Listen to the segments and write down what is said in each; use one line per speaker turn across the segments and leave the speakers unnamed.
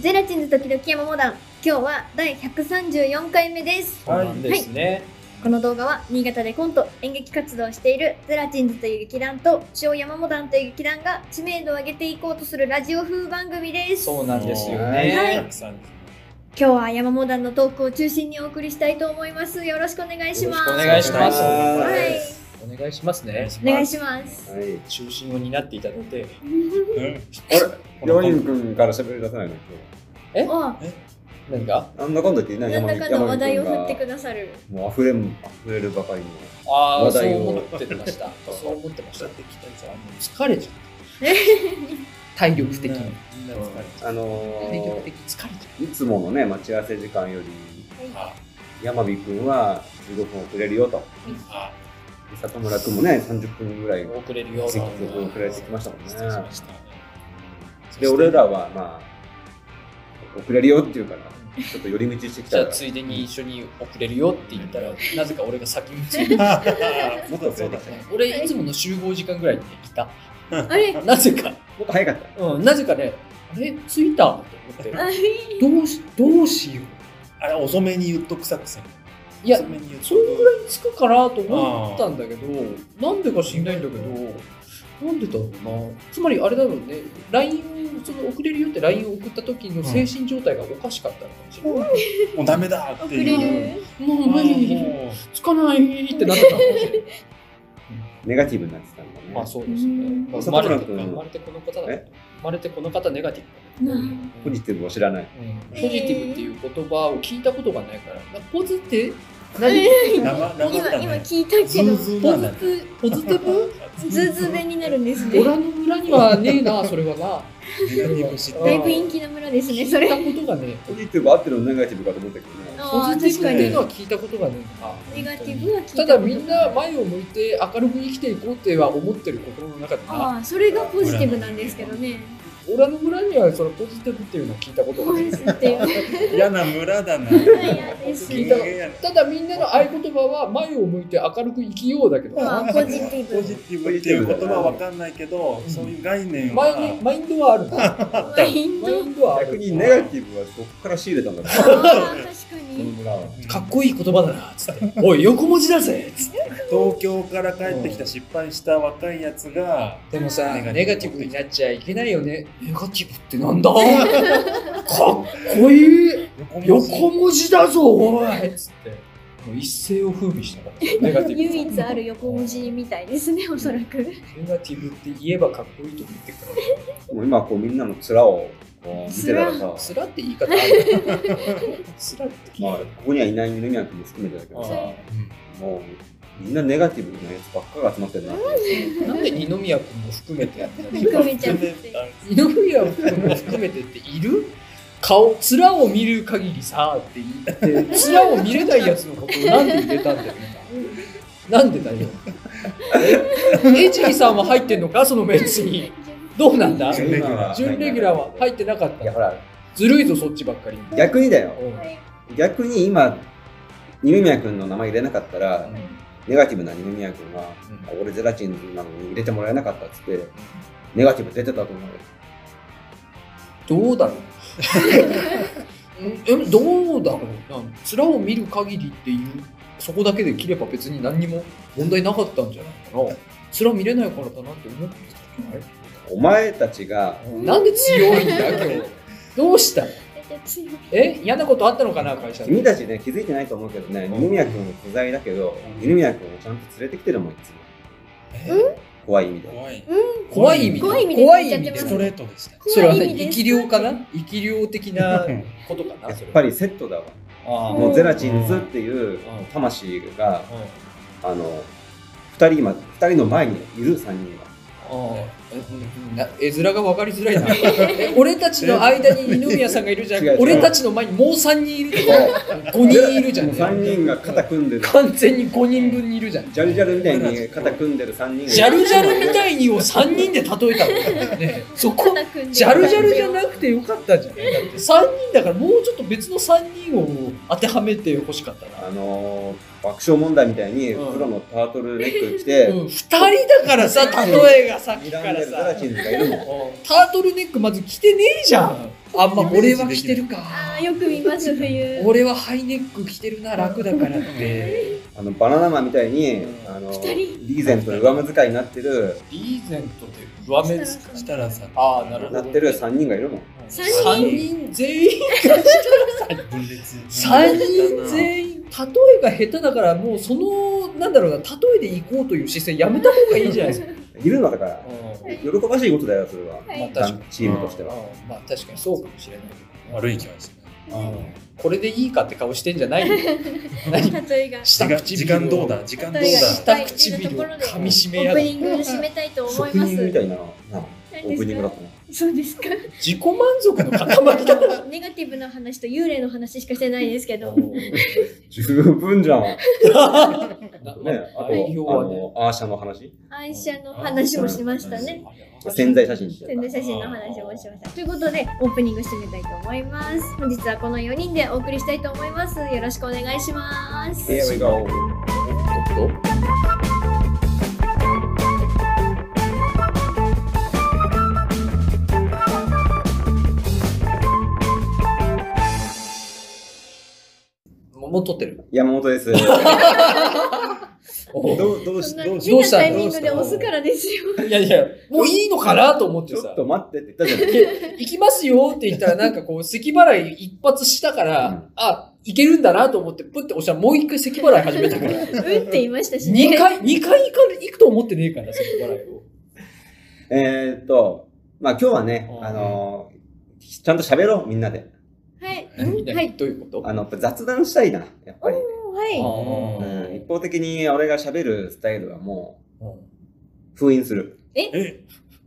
ゼラチンズ時々山モダン今日は第134回目です
そうなんですね。
この動画は新潟でコント演劇活動をしているゼラチンズという劇団と塩山モダンという劇団が知名度を上げていこうとするラジオ風番組です
そうなんですよ
はい
ね。
今日は山モダンのトークを中心にお送りしたいと思いますよろしくお願いし
よろ
ます
しくお願いします。
はい
お願いしますね。
お願いします
はい。
中心を担っていただいて、
あれ、
この
両人君から喋り出さないの。
あ、
何が
なんだかんだ言っていない
なんだかの話題を振ってく
だ
ださる
もう溢れん溢れるばかりの。
ああ、
話
そう
題を
思ってました。そう思ってました。
疲れちゃう。体力的に。
みんな疲れ
あ
体力
の
的に疲れちゃ。
ー、いつものね待ち合わせ時間より
あ
山火君は15分遅れるよと。
あ
里村君もね30分ぐらい
遅れるよう
積極的に遅れてきましたもん
失礼し
ね
ま。した
で俺らはまあ遅れるよっていうからちょっと寄り道してき
じゃ
た
あ
から。
ついでに一緒に遅れるよって言ったら、なぜか俺が先に着い てた。
もっと遅れてきた。
俺いつもの集合時間ぐらいに来た。
あれ
なぜか。
もっと早かった。
うん、なぜかね、あれ着いたと思って。
あいう
どうし、どうしよう。
あれ遅めに言っとく作戦。
いや
遅、めに言っとく
それぐらい着くかなと思ったんだけど、なんでか知んないんだけど、なんでだろうな。つまりあれだろうね、LINE を、その送れるよって LINE を送った時の精神状態がおかしかったのかもしれない。
もうダメだっ
遅
て
れ
いう。
る
もう
あ
無
ー
理、
も
つかないってなってたのかもしれない。
ネガティブになってたんだね。
ま あそうですね。まあ生まれて生まれてこの方だね。生まれてこの方ネガティブだね。
ポジティブを知らない。
うんポジティブっていう言葉を聞いたことがないから、なんかポジティ
え
ブ何
う長
今
長くだ
今
ね。
聞いたけど
ズーズー
ポ
なんだね
ズ
ポジティブ
ズズーズー弁になるんですね
オラの村にはねえ な、それはな。
ネガティブ知って
うん
だいぶ陰気な村ですねそ
聞い
れ
たことがね
ポジティブあってのネガティブかと思ったけどね。
ポ
あー
ジ
確
ティブっ
か
ていう
に
のは聞いたことがね
ネガティブは聞いた
た
こと
だみんな前を向いて明るく生きていこうっては思ってる心の中でな
ああそれがポジティブなんですけどね
オラの村にはそのポジティブっていうのを聞いたことが
ポ
な
ジ
い
ティブ
嫌な村だな。
嫌です
すげえ嫌な
ただみんなの合言葉は前を向いて明るく生きようだけど
まあポジティ
ポ
ブ
ジティブっていう言葉はわかんないけど、
ん
そういう概念は。
マイマインドはあるな
マインド
マインドはあ
逆
る
にネガティブはそこから仕入れたんだ
あ
か
あ確か
ら、この
に
村は。
かっこいい言葉だなつっておい横文字だぜつって
東京から帰ってきた失敗した若いやつが、
でもさネ
ネ
ガ
ガ
テ
テ
ィ
ィ
ブ
ブ
に
に
なっちゃいけないよねネガティブってなんだ かっこいい
横文字
横文字だぞおいっつってもう一世を風靡したからネガティブ
唯一ある横文字みたいですねおそらく
ネガティブって言えばかっこいいと思ってく
もう今こうみんなの面をこう見てたら
る
さ、
スラって言い方あるスラって
まあ、ここにはいない二宮君も含めてだけどさ、
あ
もうみんんなネガティブなやつばっかが集まってるな。
ーなんで二宮君も含めてやってる
含めちゃって
二宮君も含めてっている顔面を見る限りさって言って面を見れないやつのことをなんで入れたんだよ今なんでだよえエイジリさんは入ってんのかそのメンツにどうなんだ
準レギュラー
準レギュラーは入ってなかった
い
の
やほら、
ずるいぞそっちばっかり
逆にだよ。
うん
逆に今、二宮君の名前入れなかったら、ネガティブな二宮君は、俺ゼラチンなのに入れてもらえなかったっつって、ネガティブ出てたと思うよ。
どう だろうんえどうだろうな面を見る限りっていうそこだけで切れば別に何にも問題なかったんじゃないかな面見れないからだなって思ってたんじ
お前たちが、
ゃないなんで強いんだ今日どうしたえ嫌なことあったのかな会社で
君たちね、気づいてないと思うけどね、二宮君不在だけど、二宮君をちゃんと連れてきてるもん、いつも。怖い意味で。
怖い。
怖い意味で
怖い意味で
怖い意味で
ストレートでした。
それはね
怖い意味です
生き量かな生き量的なことかな
やっ
それ は
ぱりセットだわ。
あ
もうゼラチンズっていう
うん
魂が、
あうん
あの、二人今、二人の前にいる三人が。
ああな絵面が分かりづらいな俺たちの間に二宮さんがいるじゃん
違う違う
俺たちの前にもう3人いるとか5人いるじゃん
もう三人が肩組んでる。
完全に5人分にいるじゃん
ジャルジャルみたいに肩組んでる三人が。
ジャルジャルみたいにを3人で例えたの、ね、そこジャルジャルじゃなくてよかったじゃんだって3人だからもうちょっと別の3人を当てはめてほしかったな
あのー、爆笑問題みたいに
うん
プロのタートルネック着
う
て、
ん、2人だからさ例えがさっき
睨ん
か
で
ら
るゼラ
さ
チンズがいるもん。
タートルネックまず着てねえじゃんあんま俺は着てるか
ああ、よく見ます、冬。
俺はハイネック着てるな楽だからって
あのバナナマンみたいに、あの
人
リーゼントの上目遣いになってる、
リーゼントで上目遣い
設楽さん
ああなるほ
な
ど
ってる3人がいるもん。
三人
三人全員
分裂
3人全員例えが下手だからもうそのなんだろうな例えで行こうという姿勢やめた方がいいんじゃないですか、
いるのだから、
う
喜ばしいことだよ、それは。
は
ん、
い
まあ確かに
チームとしては。
うんまあ確かにそうかもしれないけど
悪い気がする
うんこれでいいかって顔してんじゃない よ何
例えが。
下
時間時間どう
を
だ時間どう
例
だ
えがいっぱい出ると
唇
こ
を
ろで、
噛
オ
み締め
ー
や
プ
が
ニング締めたいと思い
職
ます。
人みたいな、なオ
何
ープニングだ
ですか
ったな。
そうですか。
自己満足の 塊だから
ネガティブな話と幽霊の話しかしてないですけど。
十分じゃん。ね、
な
あと、あ
内容はね
の、アーシャの話
愛車の話もしましたね。
潜在写真って
宣伝写真の話もしました。ということで、オープニング締めたいと思います。本日はこの4人でお送りしたいと思います。よろしくお願いします。
Here we go.
おっとももう撮って る
山本です。
おう
どう、どう
そ
し
んな
どうし
変なタイミングで押すからです よ。
いやいやもういいのかなと思って
ちょ
さ
っと待ってって言ったじゃん。
で行きますよって言ったら、なんかこう、 咳払い一発したから、
うん
あ、いけるんだなと思って、プって押したら、もう一回咳払い始めたから。
うんって言いましたし、
二回、二回行か行くと思ってねえから、咳払いを。
えーっと、まあ今日はね、
うん
あのー、ちゃんと喋ろう、みんなで。
はい。
みんな
は
に
い。
どういうこと
あの、やっぱ雑談したいな、やっぱり。
おーはい。
あー
うん一方的に俺が喋るスタイルはも
うん
う封印する。
え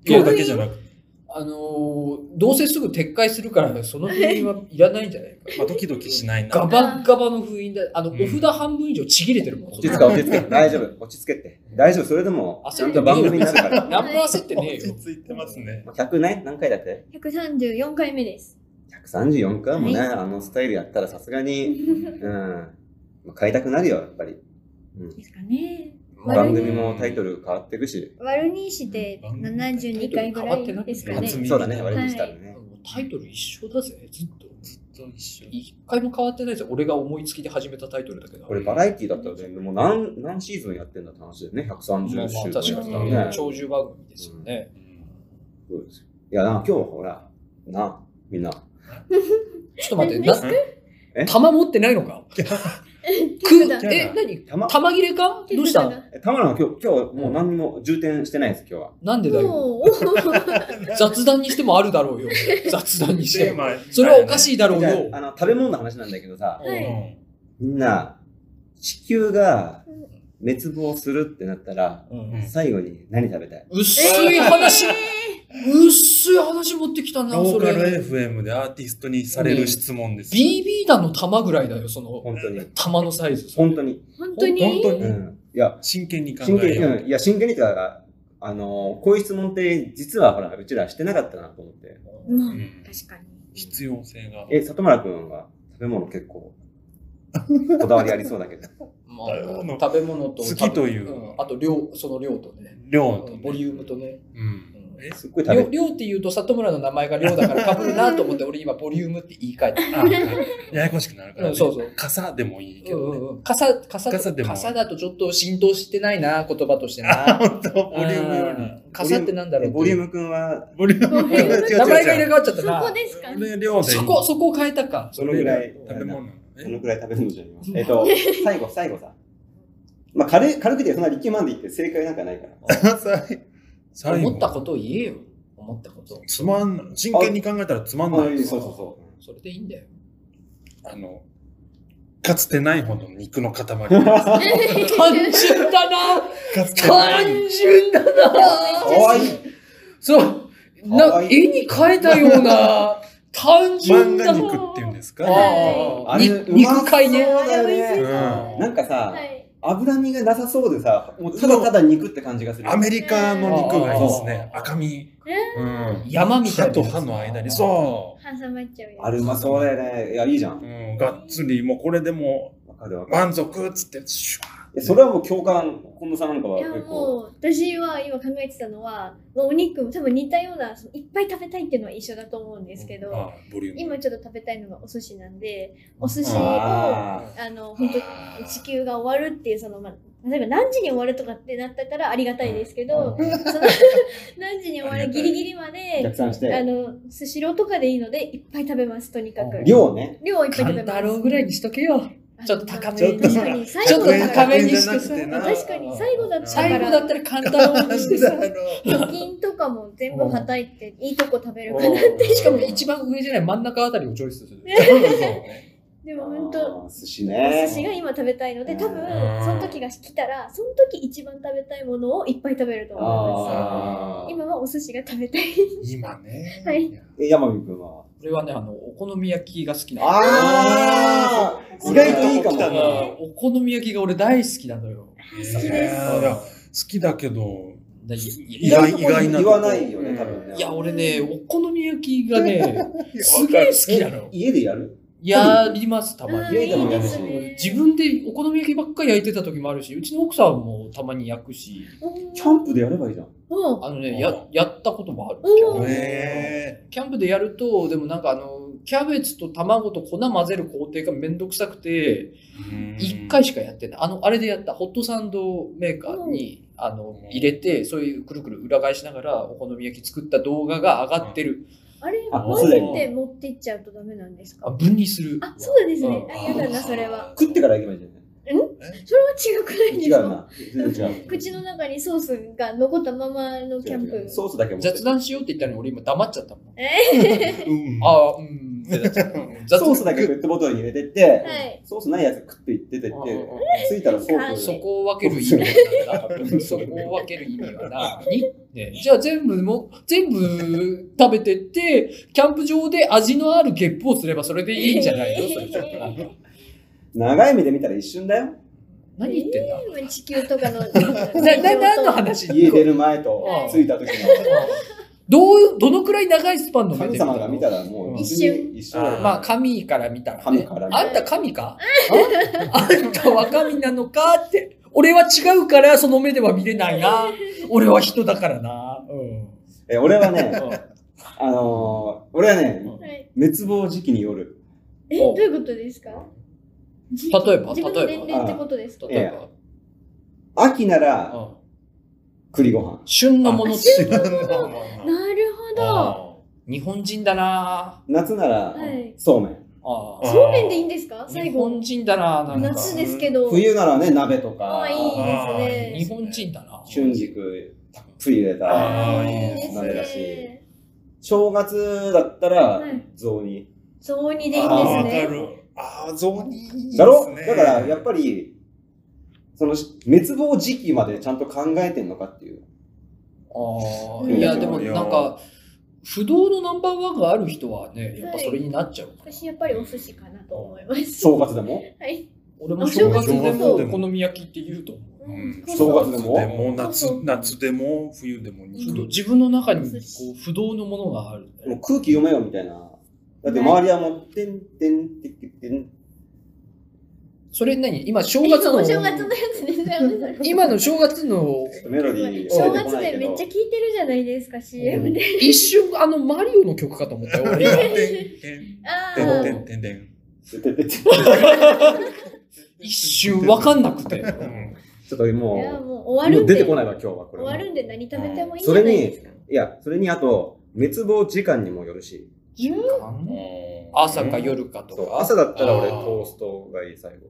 今日だけじゃなくて、
あのーどうせすぐ撤回するから、その封印はいらないんじゃないか。
まあ、ドキドキしないな
ガバガバの封印だ。あの、
うん
お札半分以上ちぎれてるもん。
落ち着け、落ち着け。大丈夫。落ち着けって。大丈夫。それでも、ちゃんと番組になるから。
何も焦ってねえ
落ち
よ。
着いてますね
100ね、何回だって
134回目です。
?134 回もね、
はい
あのスタイルやったらさすがに、うん、まあ変えたくなるよ、やっぱり。うん
ですかね。悪い
番組もタイトル変わってるし。
割るにして72回ぐらいですかね。
初耳
そうだね、割りにしたらね。
タイトル一緒だぜ、ずっと。
ずっと一緒
一回も変わってないです俺が思いつきで始めたタイトルだけど。
これバラエティだったら全部もう何何シーズンやってんだって話だよね、130週
まあまあ確か
とか
に、
やったらね。
長寿番組ですよね。
そうですよいやな、今日はほら、な、みんな、
ちょっと 待って、な
え
玉持ってないのか
手
く
札
え、何
玉
玉切れかどうしたの
え、たまらん、今日、今日もう何にも充填してないです、今日は。
なんでだよ。
もう、おー
雑談にしてもあるだろうよ。雑談にして
テー
も。
マ
それはおかし
い、
いだろう
じゃ
よ
あ、。あの、食べ物の話なんだけどさ、
は
う
い
ん
みんな、地球が
うん
滅亡するってなったら、
うん
最後に何食べたい
薄い話、薄い話持ってきたな、
ロー
そ
カ
れ。
ル FM でアーティストにされる質問です。
BB 弾の玉ぐらいだよ、その
本当に。
玉のサイズ。
本当に。
本当に
本当
う
に
ん。いや、
真剣に考
真剣
え
に、
よ
うんいや、真剣にってか、あの、こういう質問って、実はほら、うちらしてなかったなと思って。
ま
う。
あ
うん
確かに。
必要性が。
え、里村くんは食べ物結構、こだわりありそうだけど。
ま
なるほど
あ、食べ物と。
好きというん
あと、量、その量とね。
量と
う
ね
んボリュームとね。
うん
うん
え
すっごい食べ
量
る。
量って言うと里村の名前が量だからかぶるなと思って 俺今ボリュームって言い換え
あややこしくなるか
た、
ら、
う
ね。
ん、そうそう
傘でもいいけ
う
ど、
ん
ね。
うんうん傘傘と
傘でも
傘だとちょっと浸透してないな言葉としてな
本当ボリュームより。
うん傘ってなんだろう
えボリュームくんは、
ボリュームより。
ボリューム
違う違う違う
名前が入れ替わっちゃった
そ
な
こですか
俺量でいい。
そこそこを変えたか
どのぐらい、
食べ物なの
どの
ね。
くらい食べるのじゃん今えっと、最後、最後さ。まあ、軽い軽くて、そんな力まんでいって正解なんかないから。
最後
思ったことを言えよ思ったこと
つまんない真剣に考えたらつまんない。
そうそうそ
それでいいんだよ
あの、かつてないほど肉の 塊。か
単純だな
つてな
単
い。
純だ
う。
な
かわいい。
そう
可
な
愛
絵に描いたような単
漫
純だ
画
な
肉っていうんですか。
ああ
あ
に
れ
肉塊ね。
うまそうだよね
う
なんかさ
は、い。
脂身がなさそうでさ、もうただただ肉って感じがする。
アメリカの肉がいいですね。
あー
赤身。うん。
山みたい
歯
な
と
やつ。
歯の間に。そ
ハンサムマッチョみ
あれうまそうだよね。いや、いいじゃ
う。
ん。
うん、がっつり、もうこれでも
わかるわ
う
かる。
満足っつって、シュワー
やそれはもう共感、近藤さんなんかはい
や
結構。
もう私は今考えてたのは、まあ、お肉も多分似たようなそのいっぱい食べたいっていうのは一緒だと思うんですけど、
あボリューム。
今ちょっと食べたいのがお寿司なんでお寿司をあ
あ
の本当地球が終わるっていうその、まあ、例えば何時に終わるとかってなったからありがたいですけど、その 何時に終わるギリギリま
あ、
で
逆算し
あ
て。
のスシローとかでいいのでいっぱい食べますとにかく
あ
量ね。
量をいっぱい食
勘
べます
太郎ぐらいにしとけよ。ちょっと高めに
確かに最
ちょっ
後
と
だった
高めにして
全然なくてな
確かに最後だった
最
か
後だっ
ら
たら勘太郎に してさ。
貯金とかも全部はたいていいとこ食べるから
しかも一番上じゃない真ん中あたりをチョイスする。
でも本当
あー寿司
お
ね。
寿司が今食べたいので多分
うん
その時が来たらその時一番食べたいものをいっぱい食べると思いま
あ
す
あ。
今はお寿司が食べたい
今ね。
はい
え、山美君は
これはね、あの、お好み焼きが好きなの
ああ意外といいか
こ
も
んなとこ来たな
うんお好み焼きが俺大好きなのよ。
好き
す
好きだけど、
だい
意外
意外なとこに言わないよね、多分ね。
いや、俺ね、お好み焼き がね、す
す
げ
げ
え
え
好きなの。
家でやる
やります、たま
う
に。
ん
いいと
い
思
い
い
で
ます
すね
自分でお好み焼きばっかり焼いてた時もあるし、うちの奥さんもたまに焼くし、
キャンプでやればいいじゃん。
おー
あのね、ややったこともある。
おー
え
キャンプでやると、でもなんかあの、キャベツと卵と粉混ぜる工程がめんどくさくて、一回しかやってない。あの、あれでやった、ホットサンドメーカーに、あの、入れて、そういうくるくる裏返しながらお好み焼き作った動画が上がってる。
あれ
あ
マジで持ってっちゃうとダメなんです
あ、
か
分離する。
あそうですね
うん
あやだなそれは
食ってから行けばいいじゃない
それは違くないんで
違
す
う
か
な。全然違う。
口の中にソースが残ったままのキャンプ
ソースだけ持って
雑談しようって言ったのに俺今黙っちゃったもん。
うん
ああ、うん、ってなっちゃった。雑
ソースだけペットボトルに入れてって、
はい
ソースないやつ食っていっててって
うんうんうん、
着いたらソース
そ
を
こを分ける意味はな。そこを分ける意味はな。にね、じゃあ全部も、全部食べてって、キャンプ場で味のあるゲップをすればそれでいいんじゃないのそれちょっと な
長い目で見たら一瞬だよ。
何言ってんだ
今地球とかのな
な、な、何の話
家出る前と
はい
着いた時
どう、どのくらい長いスパンの
の
目で見
神
た
様
の
が見たらもう
一瞬
一瞬だよ
ら
まあ、神から見たら、ね。
神から見た
あ
ら
んた神かああんたは神なのかって。俺は違うから、その目では見れないな。俺は人だからな。うん。
え俺はね、あのー、俺はね、
はい
滅亡時期による。
えどういうことですか
例えば
自分
例
の
えば
年齢ってことですか
え
例えば、
秋な
う
ら
ん
栗ご飯。
旬のものっていうか
なるほど。
日本人だな
夏なら
はい
そうめん。
あ
あ
あ
そうめんでいいんですか
日
最後
本。人だななんか
夏ですけど。
冬ならね、鍋と
あ
か
あ、、いいで
日
すね。
本人だな
春菊たっぷり入れた。
あー
いいです
鍋だし
ね。
正月だったら
はい
雑煮。
雑煮でいい
あ
で
あ、
す
わか
ね。
る。ああ、ゾーニ
だろだからやっぱり、その滅亡時期までちゃんと考えてんのかっていう。
ああ
うん
いやでもなんか不動のナンバーワンがある人はねやっぱそれになっちゃうから
私やっぱりお寿司かなと思います。
正月でも
はい。
俺も正月で
あ正
も
月で
お
も
好み焼きって言うと思う
うん
正月でも
夏夏でも冬でも
ちょっと
日
自分の中にこう不動のものがある
もう空気読めよみたいな。だって周りはもう、てんてんてんてんてん。
それ何今正
正
月
月の
の
お正月のやつですよね。
今の正月の
メロディー
正
出てこ
月
な
で
いけ
めっ
ど
ちゃ聞いてるじゃないですか、CM で。
一瞬あのマリオの曲かと思ったよ俺今
あ
てん
あ。
てんてんてん。
てててて
一瞬分かんなくて
ちょっと
いや、も
も
う
う、
終わ
も
る
うん
で。
出てこない
終
わ、今日はこれは。
わるんで何食べてもいいんじ
そ
ゃな
れ
いです
に
か。、
いや、それにあと、滅亡時間にもよるし。
朝か夜かと
そう
か
朝だったら俺、
あー
トーストがいい、最後。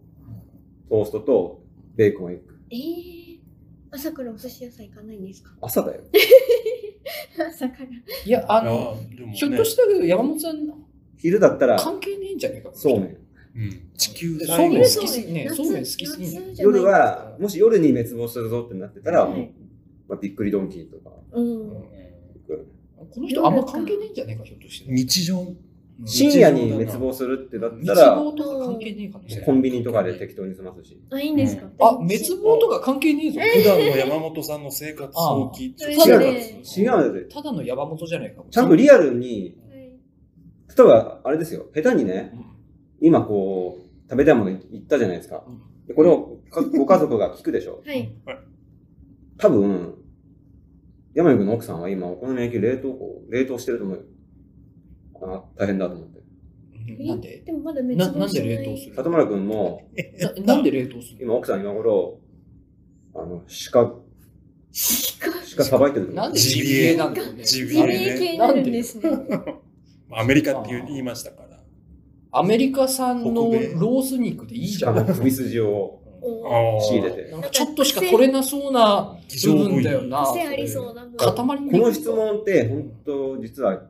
トーストとベーコンエッグ。
ええ。朝からお寿司屋さん行かないんですか
朝だよ。
朝から。
いやあ
あ
の
の、
ひょっとしたら山本さん
昼だったら、
関係ねえんじゃねえか
そうめん。
地球
そうめん好
そ
きす
う
ぎ
めん
ね
夏
そうめん好きす
夏
ぎね
じゃない
夜は、もし夜に滅亡するぞってなってたら、
は
も
いう
まあ、びっくりドンキーとか。
うん。
この人あんま関係ねえんじゃねえかひょっとして
日常
深夜に滅亡するってなったら、
滅亡とか関係ねえかもしれない
コンビニとかで適当に済ますし。
あ、いいんですか。
あ滅亡とか関係ねえぞ
普段の山本さんの生活を聞いて
あー
違う
ね
違うんだよ。
ただの山本じゃねえか
ちゃんとリアルに、
はい
例えば、あれですよ、下手にね、
うん
今こう、食べたいもの言ったじゃないですか
うん。
でこれをかご家族が聞くでしょ。
はい。
多分、山井君の奥さんは今、お好み焼き冷凍庫、冷凍してると思うよ。あ大変だと思って。
うんなんで
でもまだ滅亡
ななんで
し
冷
ない
凍す
里
る
村君も、
ななんで冷凍する
今奥さん今頃、あの、鹿、鹿さばいてると思
な
うん
で。ジビエなんだよね。
ジビ
ジビ
エね
エ系になるんですね。
アメリカって言いましたから。
アメリカ産のロ
北米
ース肉でいいじゃ
鹿
ん。
の首筋を
おー
ああ。
仕入れて。
なんかちょっとしか取れなそうな部分だよな。
癖ありそうな分。
塊に
この質問って、本当実は、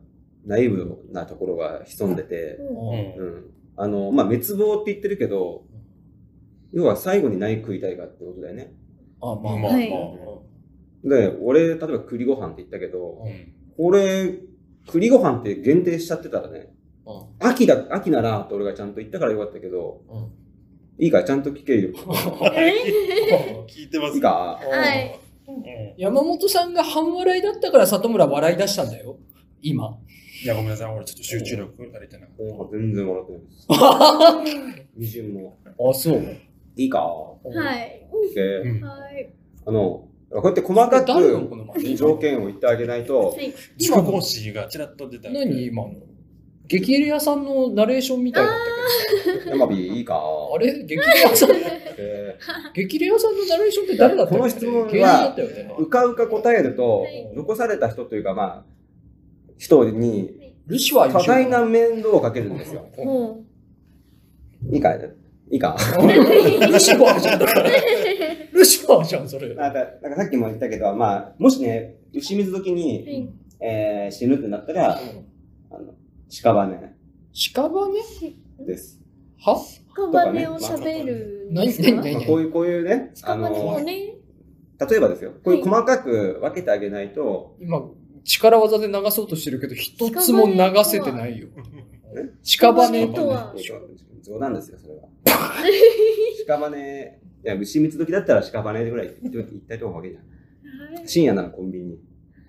ナイーブなところが潜んでて、
うん
う。
うんん。あの、まあ、滅亡って言ってるけど、要は最後に何食いたいかってことだよね。
あ、まあまあまあ
まあまあ。
はい
で、俺、例えば栗ご飯って言ったけど、
うん
これ、栗ご飯って限定しちゃってたらね、
うん
秋だ、秋ならって俺がちゃんと言ったからよかったけど、
うん
いいか、ちゃんと聞けよ。
聞いてま
いい
す
か、
はい。
うんい
山本さんが半笑いだったから里村笑い出したんだよ。今。
や、ごめんなさい。俺ちょっと集中力足りてなかっ
もう全然笑ってないです。みじんも。
あ、そう。
いいか、
はい。
た。う
OK
ん
はい。
あの、こうやって細か
誰のこ
く
の前
条件を言ってあげないと
は、い。
塾講師がちらっと出た。
何今の激レアさんのナレーションみたいだったけどさ
山火いいか、
あれ激レ アさん
OK
激レアさんのナレーションって誰だったっけ
この質問は
芸人だったよね
うかうか答えると
はい、
残された人というか、まあ、人に
ルシファー
多
一緒
大な面倒をかけるんですよ。
も
いいか、いい か。
ルシファーじゃんだからルシファーじゃんそれ
なんかなんかさっきも言ったけど、まあ、もしね、牛水時
う。は
に、
い。
えー死ぬってなったら、あの屍
屍
です。
は
屍を喋るんですか。
何何
まあ、こういうこういうね、あ
屍を
の
ね。
例えばですよ、こういう細かく分けてあげないと、
今力技で流そうとしてるけど一つも流せてないよ屍
とは
えーと冗談ですよ、それは。屍、いや、牛水時だったら屍ぐらい言って言ったりとかわけじゃん。深夜ならコンビニ、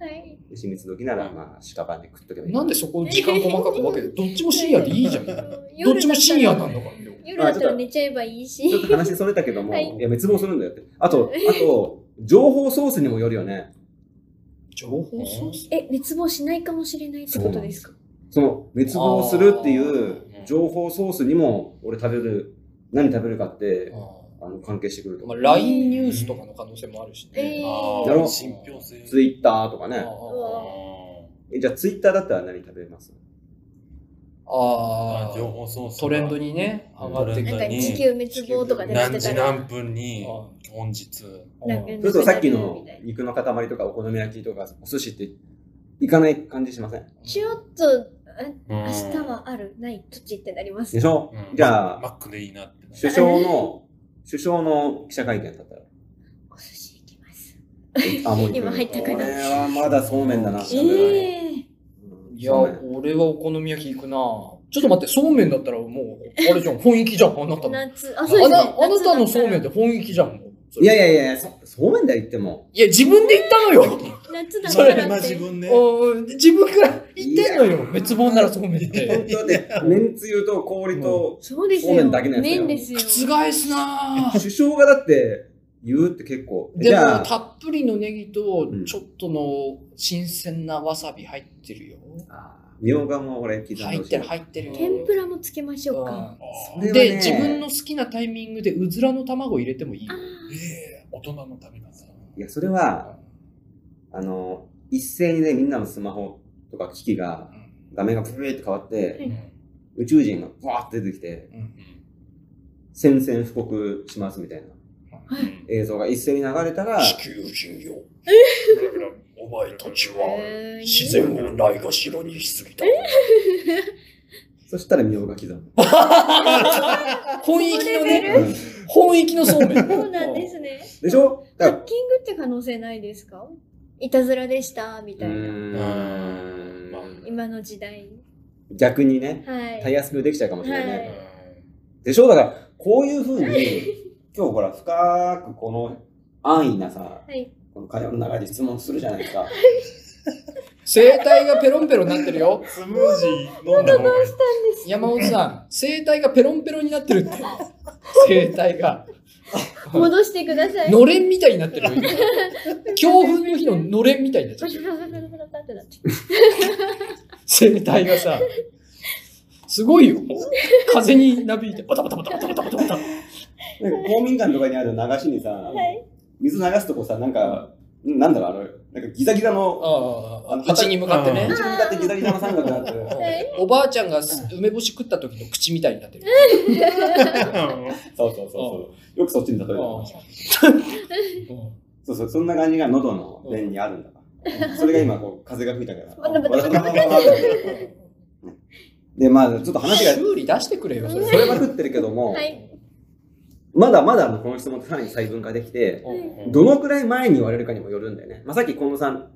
はい。
牛水時ならまあ屍食っとけばいい。
なんでそこ時間細かく分けてどっちも深夜でいいじゃんどっちも深夜なんだからよ
夜だったら寝ちゃえばいい
ちょっ
し。
と話それたけども、
はい
い、や滅亡するんだよって。あ と、あと、情報ソースにもよるよね。
情報操作
え、滅亡しないかもしれないってことですか
その滅亡するっていう情報ソースにも、俺食べる、何食べるかって、あの関係してくると
ま
思
あ、
う。
LINE ニュースとかの可能性もあるし
え
ね。
あ
なるほ
あ、
ど
信憑性。
ツイッターとか
あ
ね。
あ
えじゃあツイッターだったら何食べます
あ
あ情報操作。
トレンド。にね、
うん
上がってき
なん
た
か
り。
地球滅亡とかでなっ
何
て
時
たら。
何分に、本日。
なん
それとさっきの肉の塊とかお好み焼きとかお寿司って行かない感じしません
ちょっと、
明
明日。はある、ない、どっちってなります
で。しょ、
うん
じゃ
マ
あ、
ックでいいなって。
首相の、首相の記者会見だったら。
お寿司行きます。
あ、もう行く
今入ったかな
これはまだそうめんだな。
え
うん
え
いや、
そうめん
俺はお好み焼き行くな。ちょっと待って、そうめんだったらもう、あ れじゃん、本域じゃん、あなたの。あな
夏、あ、
あなたのそうめんって本域じゃん。もう
いやいやいや、そそうめんだよ言っても。
いや、自分で言ったのよ。
夏だ
そ
か
れ
ら
今
っ
自
て。
分ね。
おー自分から言ってんのよ。滅亡ならそうめんっ
本
て。
当で、めんつゆと氷と、
そうです
そう
よ。
めんだけのやつよ
麺ですよ。
覆すなぁ。
首相がだって言うって結構。
で
じ
も
ゃあ、
たっぷりのネギと
うん
ちょっとの新鮮なわさび入ってるよ。
みょうがも俺刻んでほしい。
入ってる入ってる。
天ぷらもつけましょう
う
か。
ん
あ
そ
ー
れは
で、
ね
自分の好きなタイミングでうずらの卵入れてもいいよ。
ええ大人の食べ方。
いや、それは、あの、一斉にね、みんなのスマホとか機器が、
うん
画面がブーって変わって、
うん
宇宙人がバーって出てきて、
うん
宣戦布告しますみたいな
うん
映像が一斉に流れたら、
地球人よ。お前たちは
えー
自然をないがしろにしすぎた。
そしたらみょうが刻む。
本域のね、
うん
本域のそうめん。
そうなんですね。
でしょ
ハ
だ
ッキングって可能性ないですかいたずらでしたみたいな。
ーん
まあ
今の時代。
逆にね、
はい。
たやすくできちゃうかもしれないね。
はい
でしょだから、こういうふうに、今日ほら、深くこの安易なさ、
はい。
この会話の中で質問するじゃないですか。
生体がペロンペロンになってるよ。
スムージー飲んだ方がいい。
山本さん、生体がペロンペロンになってるって。携帯が。
戻してください。
のれんみたいになっ てるよ今強風の日ののれんみたいになっち
パ
ゃっ
タ
て
パ
る
タパタパタパタってなって。
声帯がさすごいよ風になびいてバタバタバタバタバタバタバタ
なんか公民館とかにある流しにさ、
はい
水流すとこさ、なんか、なんだろう、あの、なんかギザギザの、
あ
あ
あ
の
口に向かってね
う
口に向かってギザギザの三角になってる。
はい
おばあちゃんが梅干し食った時の口みたいになってる
そうそうそうそう。よくそっちに例えてました。
う
そうそう、そんな感じが喉の弁にあるんだわそれが今、こう、風が吹いたから。
バタバタバタバタ
で、まあ、ちょっ
ん
と話が、そ
修理出してくれよそれ
れまくってるけども、
はい。
まだまだあのこの質問ってさらに細分化できて、どのくらい前に言われるかにもよるんだよね。まあ、さっき近藤さん、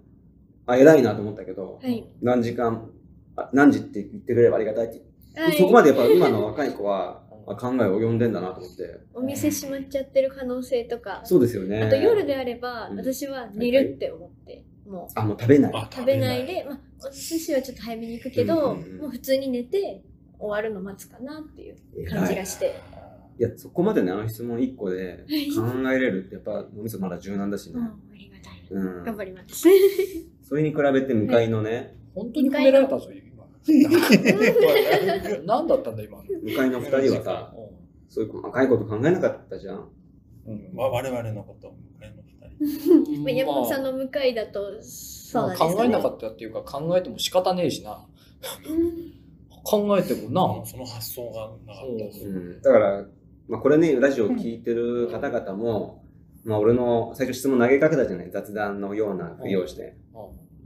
あ、偉いなと思ったけど、
はい。
何時間、あ何時って言ってくれればありがたいって
はい。
そこまでやっぱ今の若い子はあ考えを及んでんだなと思って。
お店閉まっちゃってる可能性とか。
そうですよね。
あと夜であれば、
うん
私は寝るって思って、もう
あ、もう食べない。
食べないで、まあ、お寿司はちょっと早めに行くけど、
うんうんうん
もう普通に寝て終わるの待つかなっていう感じ
偉い
がして、
いや、そこまでね、あの質問1個で考えれるって、やっぱ脳みそまだ柔軟だし
うん、
ね
あ。りがたい。
うん。
頑張り ます。
それに比べて向かいのね、
本当に褒められたぞ今何だったんだ今の
向かいの2人はさ、そういう若いこと考えなかったじゃん。
うん
わ我々のことを俺の二人
まあ、山本さんの向かいだと、そうなんです
考えなか
っ
ったっていうか考えても仕方ねえしな
た。うん
考えてもな、
その発想がなか
そう
っ
そ
うん、だから、まあ、これね、ラジオを聞いてる方々も、まあ、俺の最初質問投げかけたじゃない、雑談のようなふりをして。
うん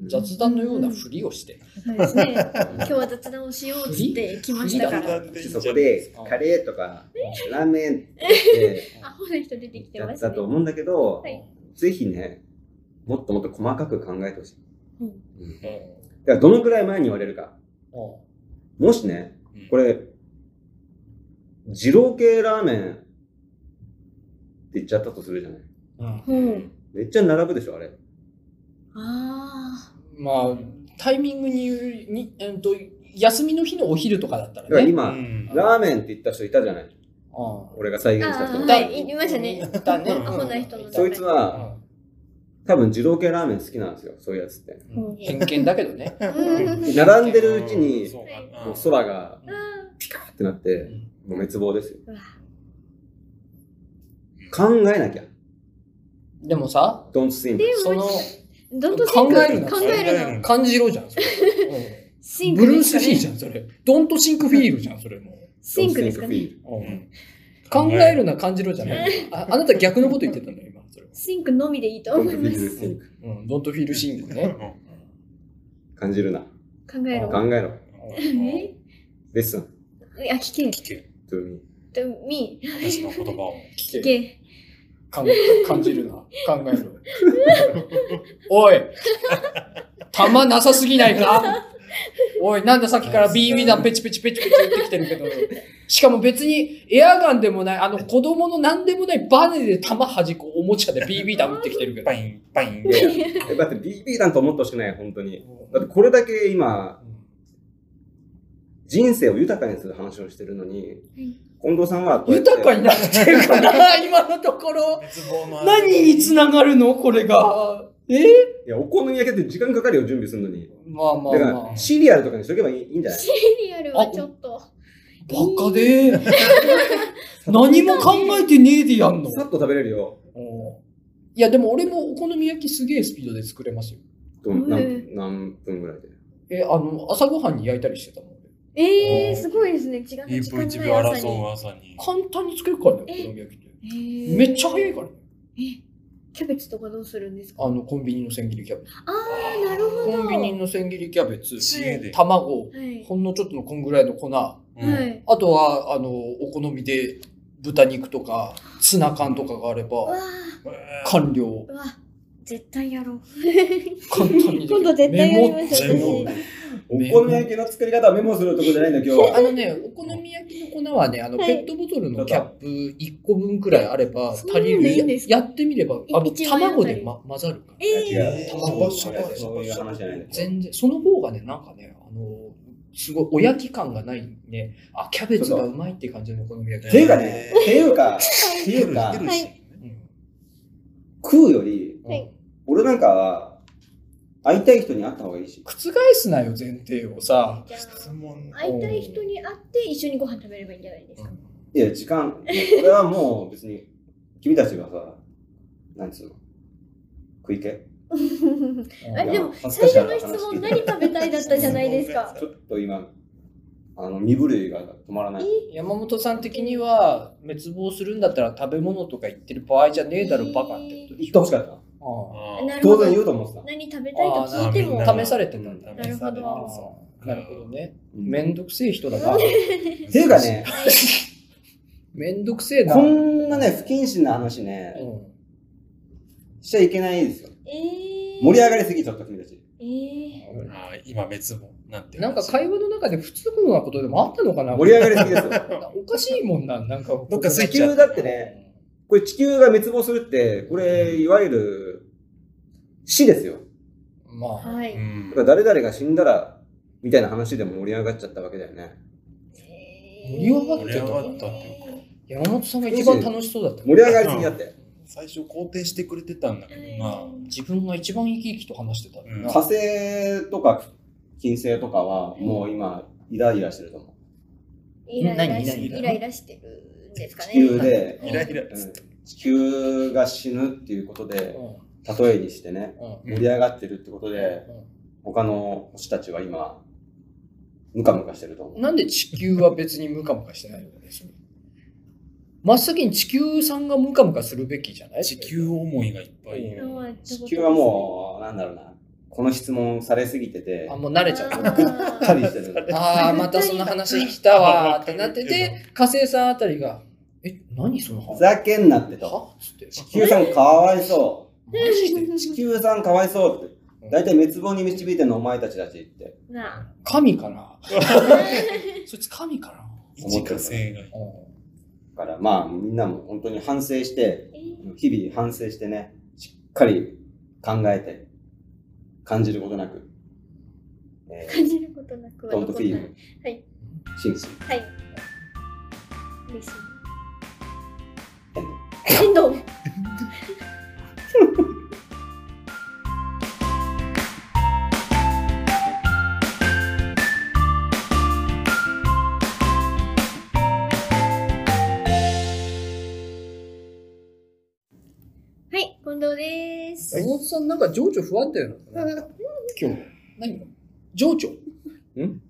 雑談のようなふりをして、
そうですね。 今日は雑談をしようっつって来ました
た
か
フリー
ら。
そこで
うん
カレーとかラーメンって
アホな人出てきて
や
ま
っ
す
た
ね
と。思うんだけど、
はい
ぜひね、もっともっと細かく考えてほしい。
うん
うんだ
うん
からどのくらい前に言われるか。
うん
もしね、
うん
これ、二郎系ラーメンって言っちゃったとするじゃない。
うん
ほう。
めっちゃ並ぶでしょ、あれ。
あ
まあタイミングによりに、えっと休みの日のお昼とかだった
だから
らね
今、
うん
ラーメンって言った人いたじゃない。
うん
俺が再現した人。
あ。はい、いましたね。
いたね
アホ
な人の
そいつは、多分二郎系ラーメン好きなんですよ、そういうやつって。
うん偏見だけどね、
うん
並んでるうちに、
そうか
もう空が
あ
ピカってなって、もう滅亡ですよ。
ーうわ
考えなきゃ。
でもさ
Don't think.
その
どんどんシンク
考えるな
考えるな。
感じろじゃんそれ、うん
シン
ブ
ク
ルー
で
ス・
すか
リー
ね。
じゃんそれドントシンクフィールじゃんそれも
シンクですかね。
Don't think feel.
う、
うん
考えるな感じろじゃないああなた逆のこと言ってたんだよ今それ、
シンクのみでいいと思い
Don't
ま
feel
す。
think.
うん、ドントフィールシンクね
感じるな。
考えろ。
考えろ。
え
Listen
いや、聞け。
聞け
to me.
でもみ、
私の言葉を
聞
聞
け
け。
感感じるな考えるおい弾なさすぎないかおいなんださっきから BB 弾ペチペチペチペチ言ってきてるけどしかも別にエアガンでもないあの子供の何でもないバネで弾弾くおもちゃで BB 弾打ってきてるけど
パインパイン
いやいやだって BB なんと思ってほしくない、本当に。だってこれだけ今、人生を豊かにする話をしてるのに、近藤さんはこうやって
豊かになってるかな今のところ
絶望の
何につながるのこれがえ
いや、お好み焼きって時間かかるよ、準備するのに。
まあまあ
だか
まあ
ら、シリアルとかにしとけばいいいいんじゃない
リアルはちょっと。
バカで何も考えてねえでやんの
さっと食べれるよ。
いやでも俺もお好み焼きすげえスピードで作れますよ。
どん何何分ぐらいで。
え、あの、朝ごはんに焼いたりしてたもん。
えー、すごいですね。時間
一
時間
分一
ない
秒
朝
争
に
う。朝に
簡単に作れるからね、お好み焼きって。
えー
めっちゃ早いからね。
キャベツとかどうするんですか
あの、コンビニの千切りキャベツ。
あー、なるほど。
コンビニの千切りキャベツ、
知恵で
は
卵、
い。
ほんのちょっとのこんぐらいの粉、あ
うん
はい。
とは、あの、お好みで豚肉とか、ツナ缶とかがあれ
うわ
ば、
うわー
完了。
ー、うわ、絶対やろう。
簡単にできる。
今度絶対やりま
しょ
メモ
う私
お好み焼きの作り方はメモするとこじゃないんだ、今日
あ
は。
のね、お好み焼きの粉はね、あの
はい
ペットボトルのキャップ1個分くらいあれば
そん
足
なん
り
でいいんで
る
す。か
やってみれば、あの
一枚あたり
卵で、ま、混ざるから。
えー、
違う。
えー
卵を使うそういう話じゃないんだよ
全然、その方がね、なんかね、あの、すごいおやき感がないね。あ、キャベツがうまいって感じのお好み焼き。
ていうかね、っていうか、っていうか、
うん
食うより、
はい
俺なんかは、会いたい人に会った方がいいし。
覆すなよ、前提をさ。
じゃあ
質問
会いたい人に会って一緒にご飯食べればいいんじゃないですか。
いや、時間、俺はもう別に、君たちがさ、なんつうの、食い気
あれでも
恥
最
ずかしい
初
話
の質問何食べたいだったじゃないですか。
ちょっと今、あの、身震いが止まらない。
山本さん的には、滅亡するんだったら食べ物とか言ってる場合じゃねえだろ、バカってことで
言っ
してょ。
ほしかった。
あ
あ
なる
当
ほど
然言うと思ってた。
何食べたいと聞いても
あーみんな
試されてたんだ。
なるほど
あーなるほどね。
うん
めんどくせえ人だな。
ていうかね、
めんどくせえな。
こんなね、不謹慎な話ね、
うん
しちゃいけないですよ。
えー、
盛り上がりすぎちゃった、君たち。
えー、
あー今別もなんて
なんか会話の中で不都合なことでもあったのかな
盛り上がりすぎ ですよ。
おかしいもんな、なんか。
どっかスイッ
地
チあ
球
っ
だってね、これ地球が滅亡するって、これ、いわゆる死ですよ。
まあ、
は
たう
い。
ん
だから誰々が死んだら、みたいな話でも盛り上がっちゃったわけだよね。
盛
り上が
盛り上がったっていうか
山本さんが一番楽しそうだった。
盛り上がりすぎだって。
最初肯定してくれてたんだけどな
自分が一番生き生きと話してたのにな。
火星とか金星とかは、もう今、イライラしてると思
イライラし
何何
イライラしてるんです
う。
か
地
ね。
球で、
イライラっつって
うん地球が死ぬっていうことで
う、ん
例えにしてね、
うん
うん
盛り上がってるってことで、他の星たちは今、ムカムカしてると思
う。
うん
なんで地球は別にムカムカしてないの真っ先に地球さんがムカムカするべきじゃない
地球思いがいっぱい
今はってことです
地
ね
球はもう、なんだろうな、この質問されすぎてて
あ、、もう慣れちゃった。
うっ かりしてる。
ああ、またその話来たわーってなってて、火星さんあたりが、え、何その
ふ
話
ざけんなってと。
はつって。
地球さんかわいそ
マジで
う。地球さんかわいそうって。大体滅亡に導いてんのお前たちだしって。
な
神かな そいつ神かな
一火星が
だからまあみんなも本当に反省して、
えー
日々反省してね、しっかり考えて、感じることなく、え
感じることなく
ー、
は
ドン
残
ト
ん
フ
ない。
ィー
は
ル、
い。
真摯。
はい。嬉し
エンド
い。エンドはい、近藤です。
山本さんなんか情緒不安定なのか な今日。何が情緒
ん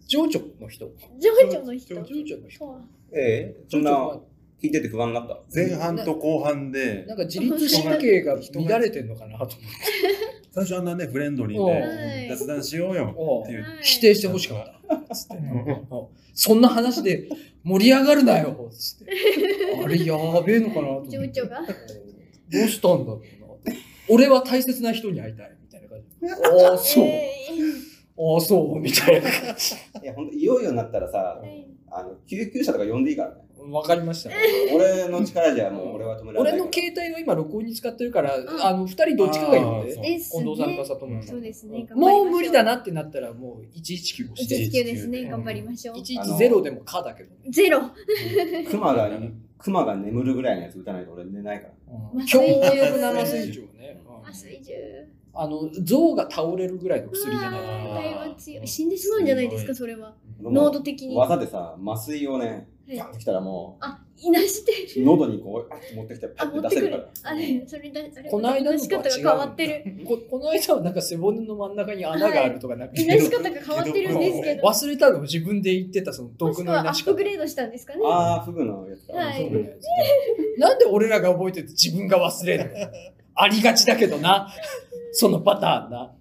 情緒の人。
情緒の人。
情緒の人。
とは
ええそんな
情緒
聞いてて不安になった。
前半と後半
不
で
安なんか自律神経が乱れてんのかな と思って。
最初あんなねフレンドリ
う
ー
は
で
い
雑談しようよ
おう
っていう
否定してほしかった。つっておうそんな話で盛り上がるなよつって。 あれやべえのかなと思っ
情
て。
緒が。
どうしたんだろうな。俺は大切な人に会いたいみたいな感じ。ああ、そう。
えー
ああ、そう。みたいな感じ。
いや、本当いよいよになったらさ、あの救急車とか呼んでいいからね。
わかりました。
俺の力じゃもう俺は止められ
俺
ない
の
から。
携帯は今録音に使ってるから、
ん
あの、二人どっちかが呼ん
あー
で
そ。
です
近藤さんか
ね。
佐藤
そ
さ
うん
か。
ですね。
もう無理だ
な。
なってなったら、もう119をして。
119ですね。
119
頑張りましょう。
110でもかだけどね。
ゼロ。
熊が、熊が眠るぐらいのやつ打たないと俺寝ないから。
麻
強
酔
力
銃
な麻酔銃をね。うん
麻酔銃。
あの、象が倒れるぐらいの薬じゃない
あ
ー
ー対話強い。死んでしまうんじゃないですか、
す
それは。
俺も
濃度的に。は
技でさ、麻酔をね、
い
ガッてきたらも
あ、いなして
う、
る。
喉にこう、あって持ってきて、パ
あ、
ッて
持っ
出
て
せ
く
るか
る
ら。。
あれ、それだ、あれ、
この間の
話し
とは
方
違う
が変わってる。
ここの間はなんか背骨の真ん中に穴があるとかなんか
いなし方が変わってるんですけど。
忘れたの自分で言ってたその
もし
毒
く
の
は
い
ア
なし
ッ
方
プグレードしたんですかね。
ああ、フグのやつか。
はい
フグのや
なんで俺らが覚えてて自分が忘れるのありがちだけどなそのパターンな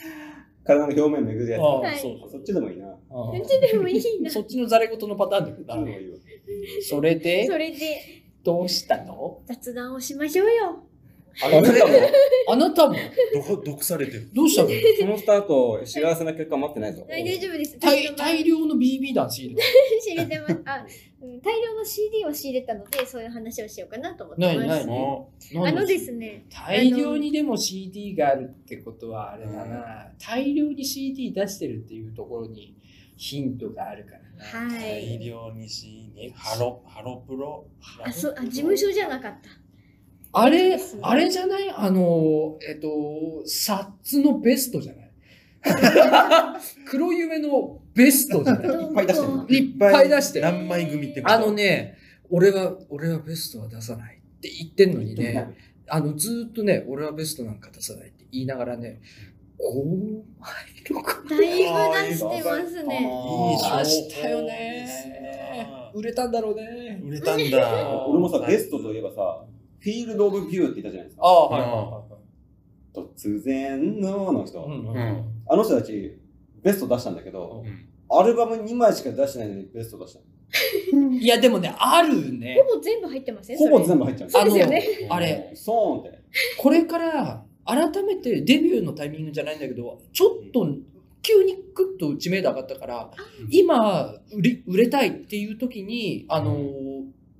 つ体の表面めぐるやつ。
あ
は
あ
い
そう
そっちでもいいな。そっ
そう
うちでもいい
ああ
な。
そ
そ
っちのざれ言のパターンだけ
ちで
ど
も
ない
いわ。
それで
れで
どうしたの
雑談をしましょうよ。
あの、なんかもう
あなたも
毒毒されてる
どう したの
そのスタート、幸せな結果待ってないぞ。
大丈夫です。
大大量の BB 弾仕入れた
仕入れてます。あ、うん大量の CD を仕入れたので、そういう話をしようかなと思ってます。
ないない
も
あのですね、
大量にでも CD があるってことはあれだな、大量に CD 出してるっていうところにヒントがあるから。
はい
大量にしにハロハロプロ
あ、そう、あ、事務所じゃなかった。
あれ
ですね、
あれじゃないあの、えっと、サッツのベストじゃない 黒夢のベストじゃ ない
いっぱい出してるな。
いっぱい出してる
何枚組ってこと
あのね、俺は、俺はベストは出さないって言ってんのにね、あの、ずーっとね、俺はベストなんか出さないって言いながらね、5枚6枚。
だいぶ出してますね。
いい情報
出したよ
です
ね
ね。
売れたんだろうね。
売れたんだ
俺もさ、ベストといえばさ、フィールド・オブ・ビューって言ったじゃないですか。
ああ、
はいはい
突然のの人。
うん
う
うん
ん
あの人たち、ベスト出したんだけど、
うん
アルバム2枚しか出してないのにベスト出した。
いや、でもね、あるね。
ほぼ全部入ってません
ほぼ
部。
全部入っちゃうんです
そう
あ
で
の
すよね。
あれ
そーんって。
これから改めてデビューのタイミングじゃないんだけどちょっと急にクッと知名度上がったから今売り売れたいっていう時にあの、
う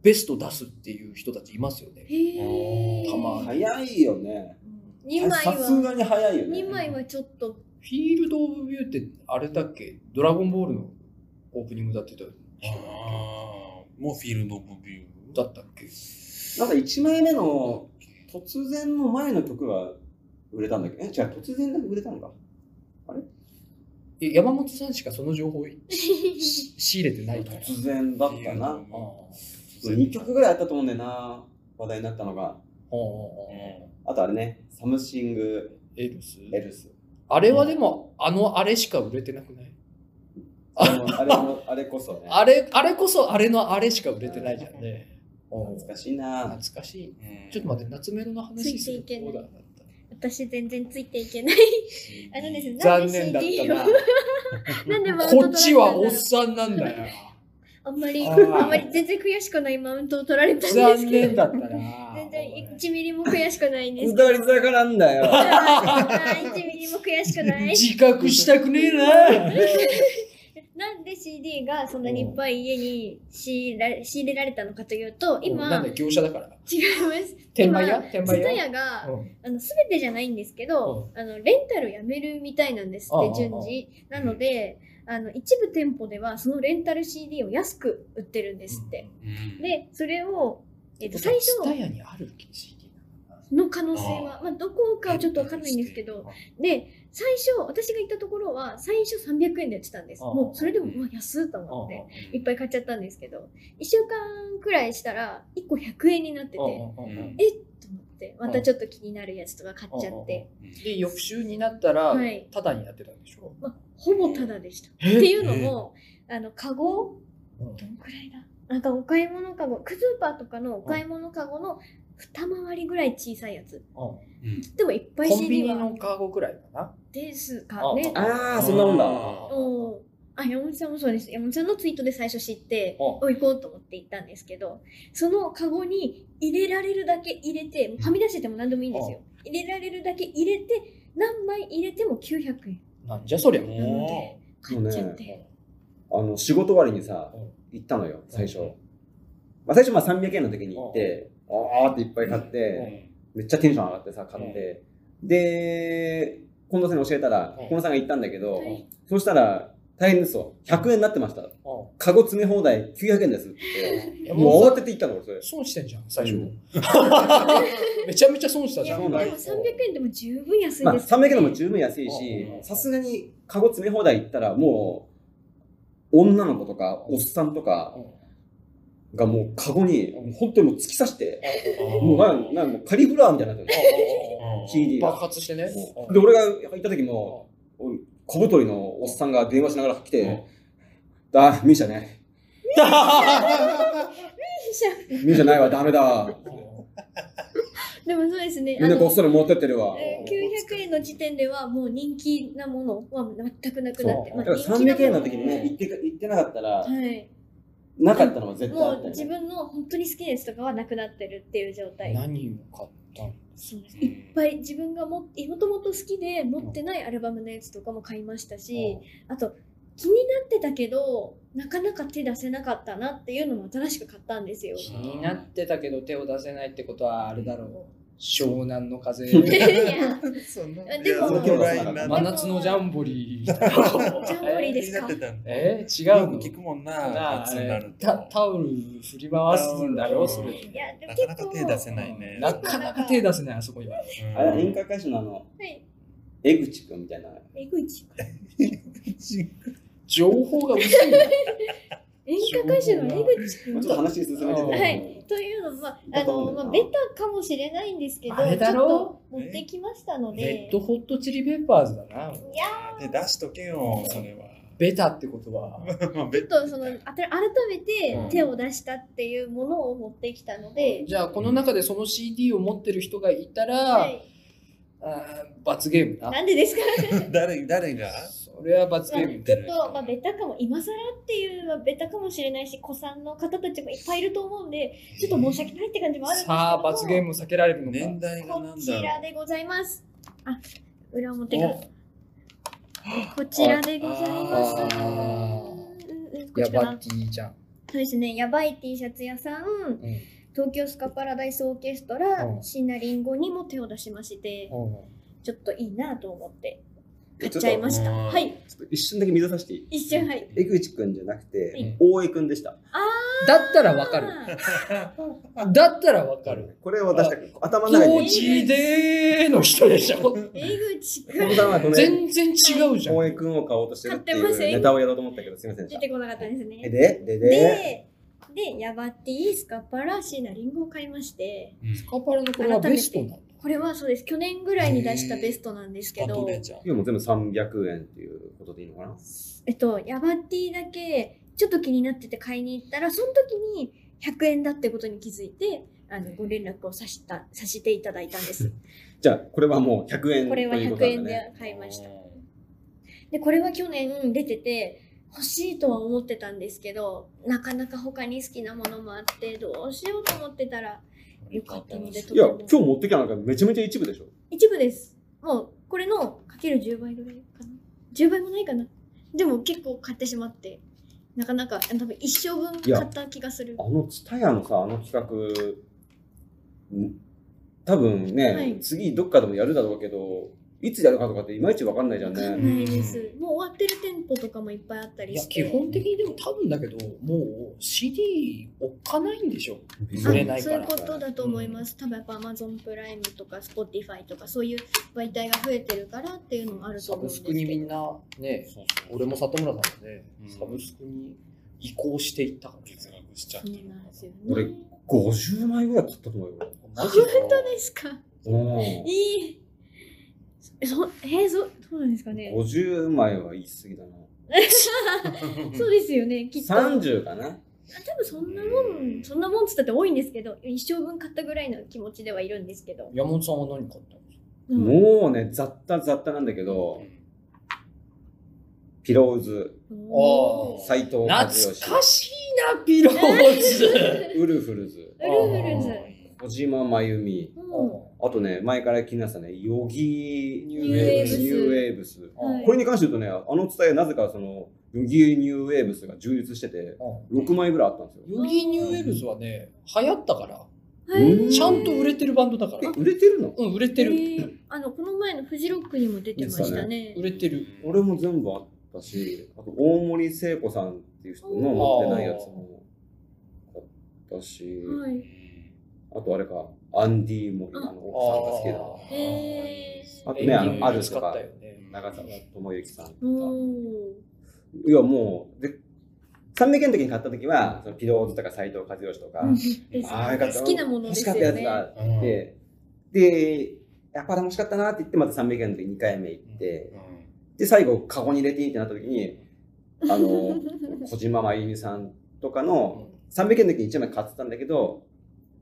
ベスト出すっていう人たちいますよね。
へえ。
たまに
早いよね。
二枚
さす
は。
がに早いよね
二。枚はちょっと。
フィールド・オブ・ビューってあれだっけドラゴンボールのオープニングだってた人
あーもうフィールド・オブ・ビュー
だったっけ
なんか1枚目の突然の前の曲が売れたんだけど、え、違う、突然だけ売れたのか。
え山本さんしかその情報 し仕入れてないから。
突然だったな。
ああ
2曲ぐらいあったと思うんだよな、話題になったのが。
ああ
あとあれね、サムシング・
エルス
エルス。
あれはでも、あのあれしか売れてなくない
あのあれもあれこそね。
あれ、あれこそあれのあれしか売れてないじゃんね。
懐かしいな。
懐かしい。
うん
ちょっと待って、夏メロの話
ついていけない
そうだった
私全然ついていけない。 あのですね。
残念
なんで
だっ
CD
た
をなん でマウント取られたんだろ
な。
う
こっちはおっさんなんだよ。
あんまり、
あ
あ
ー
んまり全然悔しくないマウントを取られたんです
残
け
念
ど。
だったな。
全然1ミリも悔しくないんですけど。
歌り坂なんだよ。
1ミリも悔しくない。
自覚したくねえ
なんで CD がそんなにいっぱい家に仕入れら仕入れられたのかというと、
な。な
今、違
んだ
い
よ業者だから。
ます。
転売屋転
ツ
売
タ
屋
ヤが、
うん
あの全てじゃないんですけど、あのレンタルやめるみたいなんです
あああ
っ
あ
て順次なのであの一部店舗ではそのレンタル CD を安く売ってるんですって、
うん
でそれを、えっと最
ツタ
初
ヤにある CD なのか
の可能性は
あ
まあ、どこかはちょっとわかんないんですけどで最初私が行ったところは最初300円で売ってたんです
ああ
もうそれでも
うん
うわ安いと
な
思って
うん
いっぱい買っちゃったんですけど1週間くらいしたら1個100円になってて
ああああ
と
ああああ
うん
え思ってまたちょっと気になるやつとか買っちゃって。
で、翌週になったら
はい、
ただになってたんでしょ
まあ、ほぼタダでした。っ
え
ていうのも、あの、カゴ、
うん
どんくらいだなんかお買い物カゴ、クズーパーとかのお買い物カゴの二回りぐらい小さいやつ。
うん
でもいっぱい
コンビ
CD
ニ
は
のカゴくらいかな。
ですかね。
ああ、そんなもんだ。
あ
おーあ、山本さんもそうです。山本さんのツイートで最初知って、
あ
お行こうと思って行ったんですけど、そのカゴに入れられるだけ入れて、はみ出してても何でもいいんですよ。入れられるだけ入れて、何枚入れても900円
なんじゃそりゃ。
なので、買っちゃって。
あの仕事終わりにさ
うん、
行ったのよ、最初
うん。
まあ、最初まあ300円の時に行って、あーっていっぱい買って、めっちゃテンション上がってさ、買って。で、近藤さんに教えたら、
うん
近藤さんが行ったんだけど
はい、
そうしたら、大変ですよ。100円になってました。カゴ詰め放題900円ですって
い
言
や
って。も
も
う
う
慌てて行ったの、俺それ。
損してんじゃん、最初
う。
めちゃめちゃ損した
い
じゃ
やで
ん。
そう
も
なん
300
です
円でも十分安いです、
まあ、300円でも十分安いし
う、ん
さすがにカゴ詰め放題行ったら、もう、女の子とか、おっさんとかがもう、カゴに、本当にもう突き刺して、もうなん、なんもうカリフラワーみたいになってる。CD
爆
が。
発してね。
もうで、俺が行った時も、小太りのおっさんが電話しながら来て、だ、ミーシャね。ミーシャないわ、ダメだ。
でもそうですね
みんなごっそり持ってってるわ。
えー900円の時点ではもう人気なものは全くなくなって、
そう
ま
だ
あ、
から
人気なも
300円の時にね、行ってか行ってなかったら、
はい、
なかったのは絶対あ
も
っ
う
た
自
よね。
分の本当に好きなやつとかはなくなってるっていう状態
何を買ったの
そうですいっぱい自分がももともと好きで持ってないアルバムのやつとかも買いましたし、あと気になってたけどなかなか手出せなかったなっていうのも新しく買ったんですよ。
気になってたけど手を出せないってことはあれだろう。湘南 の風。
いや
そんな
でも
いやそんなラインな
真
んだ
夏のジャンボリー。
ジャンボルいいですか
気になってたんだ
えー、違
よ
う
く
の
聞くもんな、
なあ
夏になると。
タタオル振り回すんだよ、そ
い
れ。
や、でも
な
結
かなか
構。
手出せないね。
なかなか手出せない、あそこには。
うん
あれ、演歌歌手のあの、
はい。
江口くんみたいな。
えぐいち。
情報が薄いな。
演歌歌手の江口
ち
くん
ょっ。と話進めてて。
はい。というのも、まあ、あの、まあ、ベタかもしれないんですけど、
あれだろ
ちょっと持ってきましたの
レ
で
ッ。ドホットチリペッパーズだな。
いや
手出しとけよ、それは。
ベタってことは。
まあ
ー、ちょっとその、あた改め
う
て
ん
手を出したっていうものを持ってきたので、
じゃあ、この中でその CD を持ってる人がいたら、
はい。
あー罰ゲームな。
なんでですか
誰誰が
それは罰
まあ
ゲームに出
ちょっ
る。
と、まあ、ベタかも、今更っていう、まあ、ベタかもしれないし、子さんの方たちもいっぱいいると思うんで、ちょっと申し訳ないって感じもあるんですけども。
さあ、罰ゲームを避けられるのか。
年代がな
こ
ん
ち
だ
ら
ろ
でございます。あ、裏表が。こちらでございます。
あ
うんうんこっ
や
ちか
ば
な
っち兄ちゃん。
そうですね、やばい T シャツ屋さん、
ん
東京スカパラダイスオーケストラ、
うん
シンナリンゴにも手を出しまして、ちょっといいなと思って買っちゃいました。
ちょっとうん
はい、
ちょっと一瞬だけ見出させていい
一瞬はい。
江口くんじゃなくて、
はい
大江くんでした。
だったらわかる。
あー
だったらわかる。
これを出したく頭の中
当
に。
時での人でしょ。
江口くん
本当はごめ
全
ん
然違うじゃん。
大江くんを買おうとしてるってい
買ってません
うネタをやろうと思ったけど、すみませんで
出
した。
てこなかったです
え
ね。
で、で、で、
で、で、ヤバティスカパラシーナリンゴを買いまして、
う。うん
スカパラのこれはベストなんだ。
これはそうです、去年ぐらいに出したベストなんですけ
あと
ど、
ねじゃん
今も全部300円っていうことでいいのかな
えっと、ヤバティだけちょっと気になってて買いに行ったら、その時に100円だってことに気づいて、あのご連絡をさしたさせていただいたんです。
じゃあ、これはも う100円
これは
というこ
100
となん
円
だね。
で買いました。
う
で、これは去年出てて、欲しいとは思ってたんですけど、なかなか他に好きなものもあって、どうしようと思ってたら、
ん
よかったので、と
いや、
ても
今日持ってきたのがめちゃめちゃ一部でしょ。
一部です。もう、これのかける10倍ぐらいかな。10倍もないかな。でも結構買ってしまって、なかなか、多分一生分
いや
買った気がする。
あの、ツタヤのさ、あの企画、ん多分ね、
はい
次どっかでもやるだろうけど、いつやるかとかっていまいちわかんないじゃん
わか
ね。
んないです。もう終わってる店舗とかもいっぱいあった
い
り
や
して。
基本的にでも多分だけどもう CD 置かないんでしょ
あ
売れないか
そう
ら
いうことだと思います。多分やっぱ Amazon プライムとか Spotify とかそういう媒体が増えてるからっていうのもあると
サ
思うん
ブ
です
ス
け
ク
ど。
にみんなね俺も里村さんもね、
うん
サブスクに移行していったから
欠落しちゃっ
そ
た
うなんですよね。
俺50枚ぐらい買ったと思うよ。
マ
本当
で
ですか
うん
いい。そえー、そそうなんですかね。
50枚は言い過ぎだな。
そうですよね、きっと。あ
30かな。
多分そんなもん、そんなもんっつったって多いんですけど、一生分買ったぐらいの気持ちではいるんですけど。
山本さんは何買ったの
うん
もうね、雑多雑多なんだけ
う
ど、
ん
ピローズ、
お ー
斎藤和義、
懐かしいなピロー ズ
ウルフルズ、
ウルフルズ。
小島真由美、
うん
あとね、前から気になってたね、ヨギニ
ニュー
ュ
ウェーブス
ーウェーブス。
はい
これに関して言うとね、あの伝えなぜかその、ヨギニューウェーブスが充実してて、6枚ぐらいあったんですよ。
ヨギニューウェルズはね流行ったから
はい
ちゃんと売れてるバンドだか
え、
ら
売れてるの
うん売れて
え
る
ーあのこの前のフジロックにも出てましたね。
売れてる
俺も全部あったし、あと大森聖子さんっていう人の持ってないやつもあったし、
はい。
あとあれか、アンディ・モリあの奥さんが好
あー
えー、
あとねあの
エンディング
あるとか
使ったよね
きな、長澤智之さんとか。
お
いや、もう、で、三名の時に買った時は、そのピローズとか斎藤和義とか、ああ、よかった。
好きなものですよね
欲しかったやつがあって、で、やっぱ楽しかったなって言って、また三名の時2回目行って、で、最後、カゴに入れていいってなった時に、あの、小島真由美さんとかの、三名の時に1枚買ってたんだけど、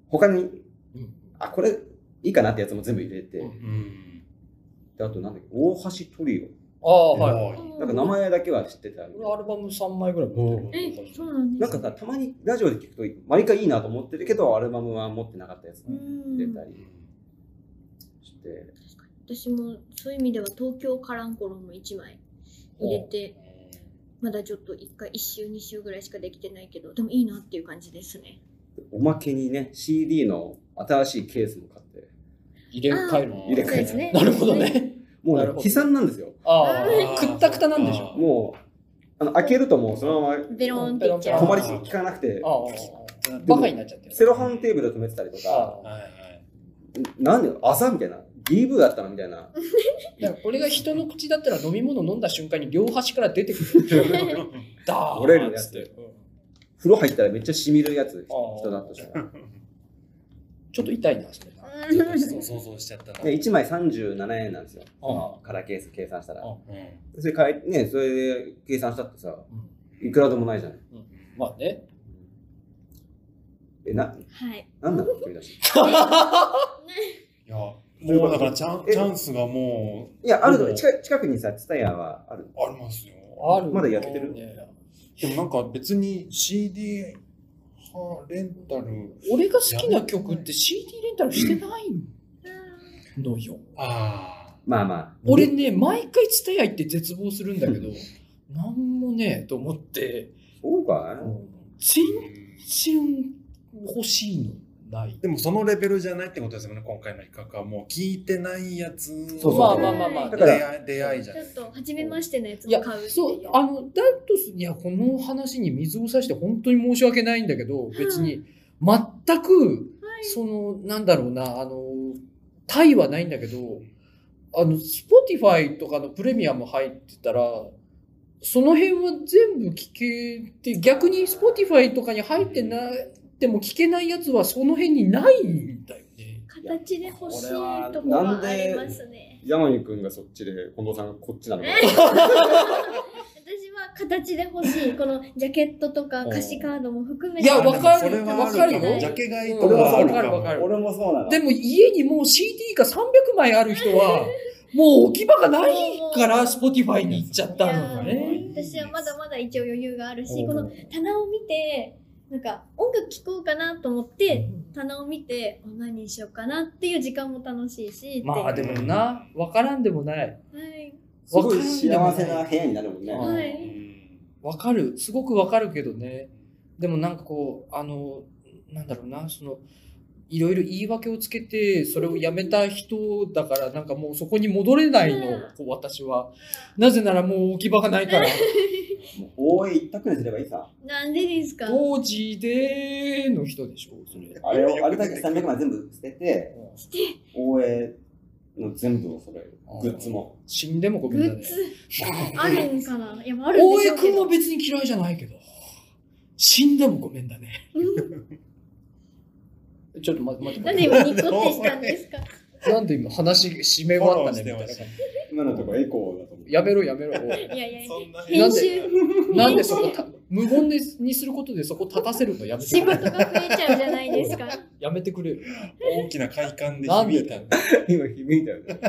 他に、
うん
あ、これ、いいかなってやつも全部入れて、
うん
うん
であとなんだっけ、大橋トリ
ああはい
ー
オ。なんか名前だけは知ってたみたいな
俺アルバム3枚ぐらい持ってる
え、そうなんで
なん
す
かさ、たまにラジオで聞くと、毎回いいなと思ってるけど、アルバムは持ってなかったやつ
う
も出
ん
たりして、
私もそういう意味では東京カランコロンも1枚入れて、まだちょっと1回、1週、2週ぐらいしかできてないけど、でもいいなっていう感じですね。
おまけにね、CD の新しいケースも買って、
入れ替える
入れ替える
そうですね
なるほどね
もう
な
ね
るほど
悲惨なんですよ。
あ
あ
あくったくたなんでし
あ
ょ
ー
もう、あの開けるともうそのま
ベロンっていっち
あ
ゃ
ま
う
止
ー
まりきかなくて
ああああバカになっちゃってる。
セロハンテーブルで止めてたりとか
ああ
はいはい。
なんであざみたいな DV だったのみたいな
だからこれが人の口だったら飲み物飲んだ瞬間に両端から出てくる。 ダー
折れるやつ
つってうん
風呂入ったらめっちゃしみるやつ
ああ
人だったし
ちょっと痛いな、それな。
ちょ
うん
っと想像しちゃったな。
で1枚37円なんですよ
あ
カラーケース計算したら
あ
うん
それかえねそれで計算したってさ
うん
いくらでもないじゃない
まあね。
えな
はい。
なんなの君たち
いや、もうだからチャン
え
チャンスがも
いやあるの
うん
近近くにさツタヤはある
うありますよ。
ある
まだ焼けてる
ね
でもなんか別に CD はレンタル。
俺が好きな曲って CD レンタルしてないのよ。
あ
まあまあ
俺ね、毎回伝え合いって絶望するんだけど、なんもねえと思って、
そうか
全
あ。
然欲しいのない。
でもそのレベルじゃないってことですよね、今回の比較は。もう聞いてないやつ
そうそう
まあまあまあまあ。
だ
出
から
会い出会いじゃ
ち
な
ょ
い
っと、初めましてのやつ
いや
も買うってい
そうあのダイトスにはこの話に水を差して本当に申し訳ないんだけど別に全くそのなんだろうなあの対はないんだけどあの Spotify とかのプレミアム入ってたらその辺は全部聞けて逆に Spotify とかに入ってなでも聞けないやつはその辺にないんだよね。
形で欲しいとこはありますね。
山井君がそっちで近藤さんがこっちなのか
私は形で欲しい。このジャケットとか歌詞カードも含め
い
て。
やわかる
それはあ
わかる
かも
よ
ジャケ買い
うん
とかはあるか
わかるわか
も。
る
俺もそうなの
でも家にもう CD が300枚ある人 は、もう置き場がないから、Spotify に行っちゃったのよね。
いや私はまだまだ一応余裕があるし、こ
う
の
ん
棚を見て、なんか音楽聴こうかなと思って、棚を見て、何にしようかなっていう時間も楽しいしって、
まあでもな、わからんでもない。
はい、
すごい幸せな部屋になるもんね
うん
は
う
い、
ん
わかる、すごくわかるけどね。でもなんかこう、あの、なんだろうな、その、いろいろ言い訳をつけて、それをやめた人だから、なんかもうそこに戻れないの
うん、
こう私は。なぜならもう置き場がないから。
もう応援一択にすればいいさ
なんでですか
当時での人でしょ、それ。
あれをあれだけ300枚全部捨てて
して
応援の全部を揃えるグッズも
死んでもご
グ
めんな
ッ
ね。
ズあるんかないや、まあ、あるん
大
でし
江
ょうけ
君
ど
は別に嫌いじゃないけど死んでもごめんだねちょっと待って
なん
待
で
って
今ニコってしたんですか
なんで今話締め終わったねみたいな
フォローして
今のとこエコーだと思う
やめろ やめろ
いやいやいや
そんな
編集
なんでそこた無言でにすることでそこ立たせるのやめて
仕
く
事が
れ
増えちゃうじゃないですか。
やめてくれよ
大きな快感で響いたんだ。
今響いたよね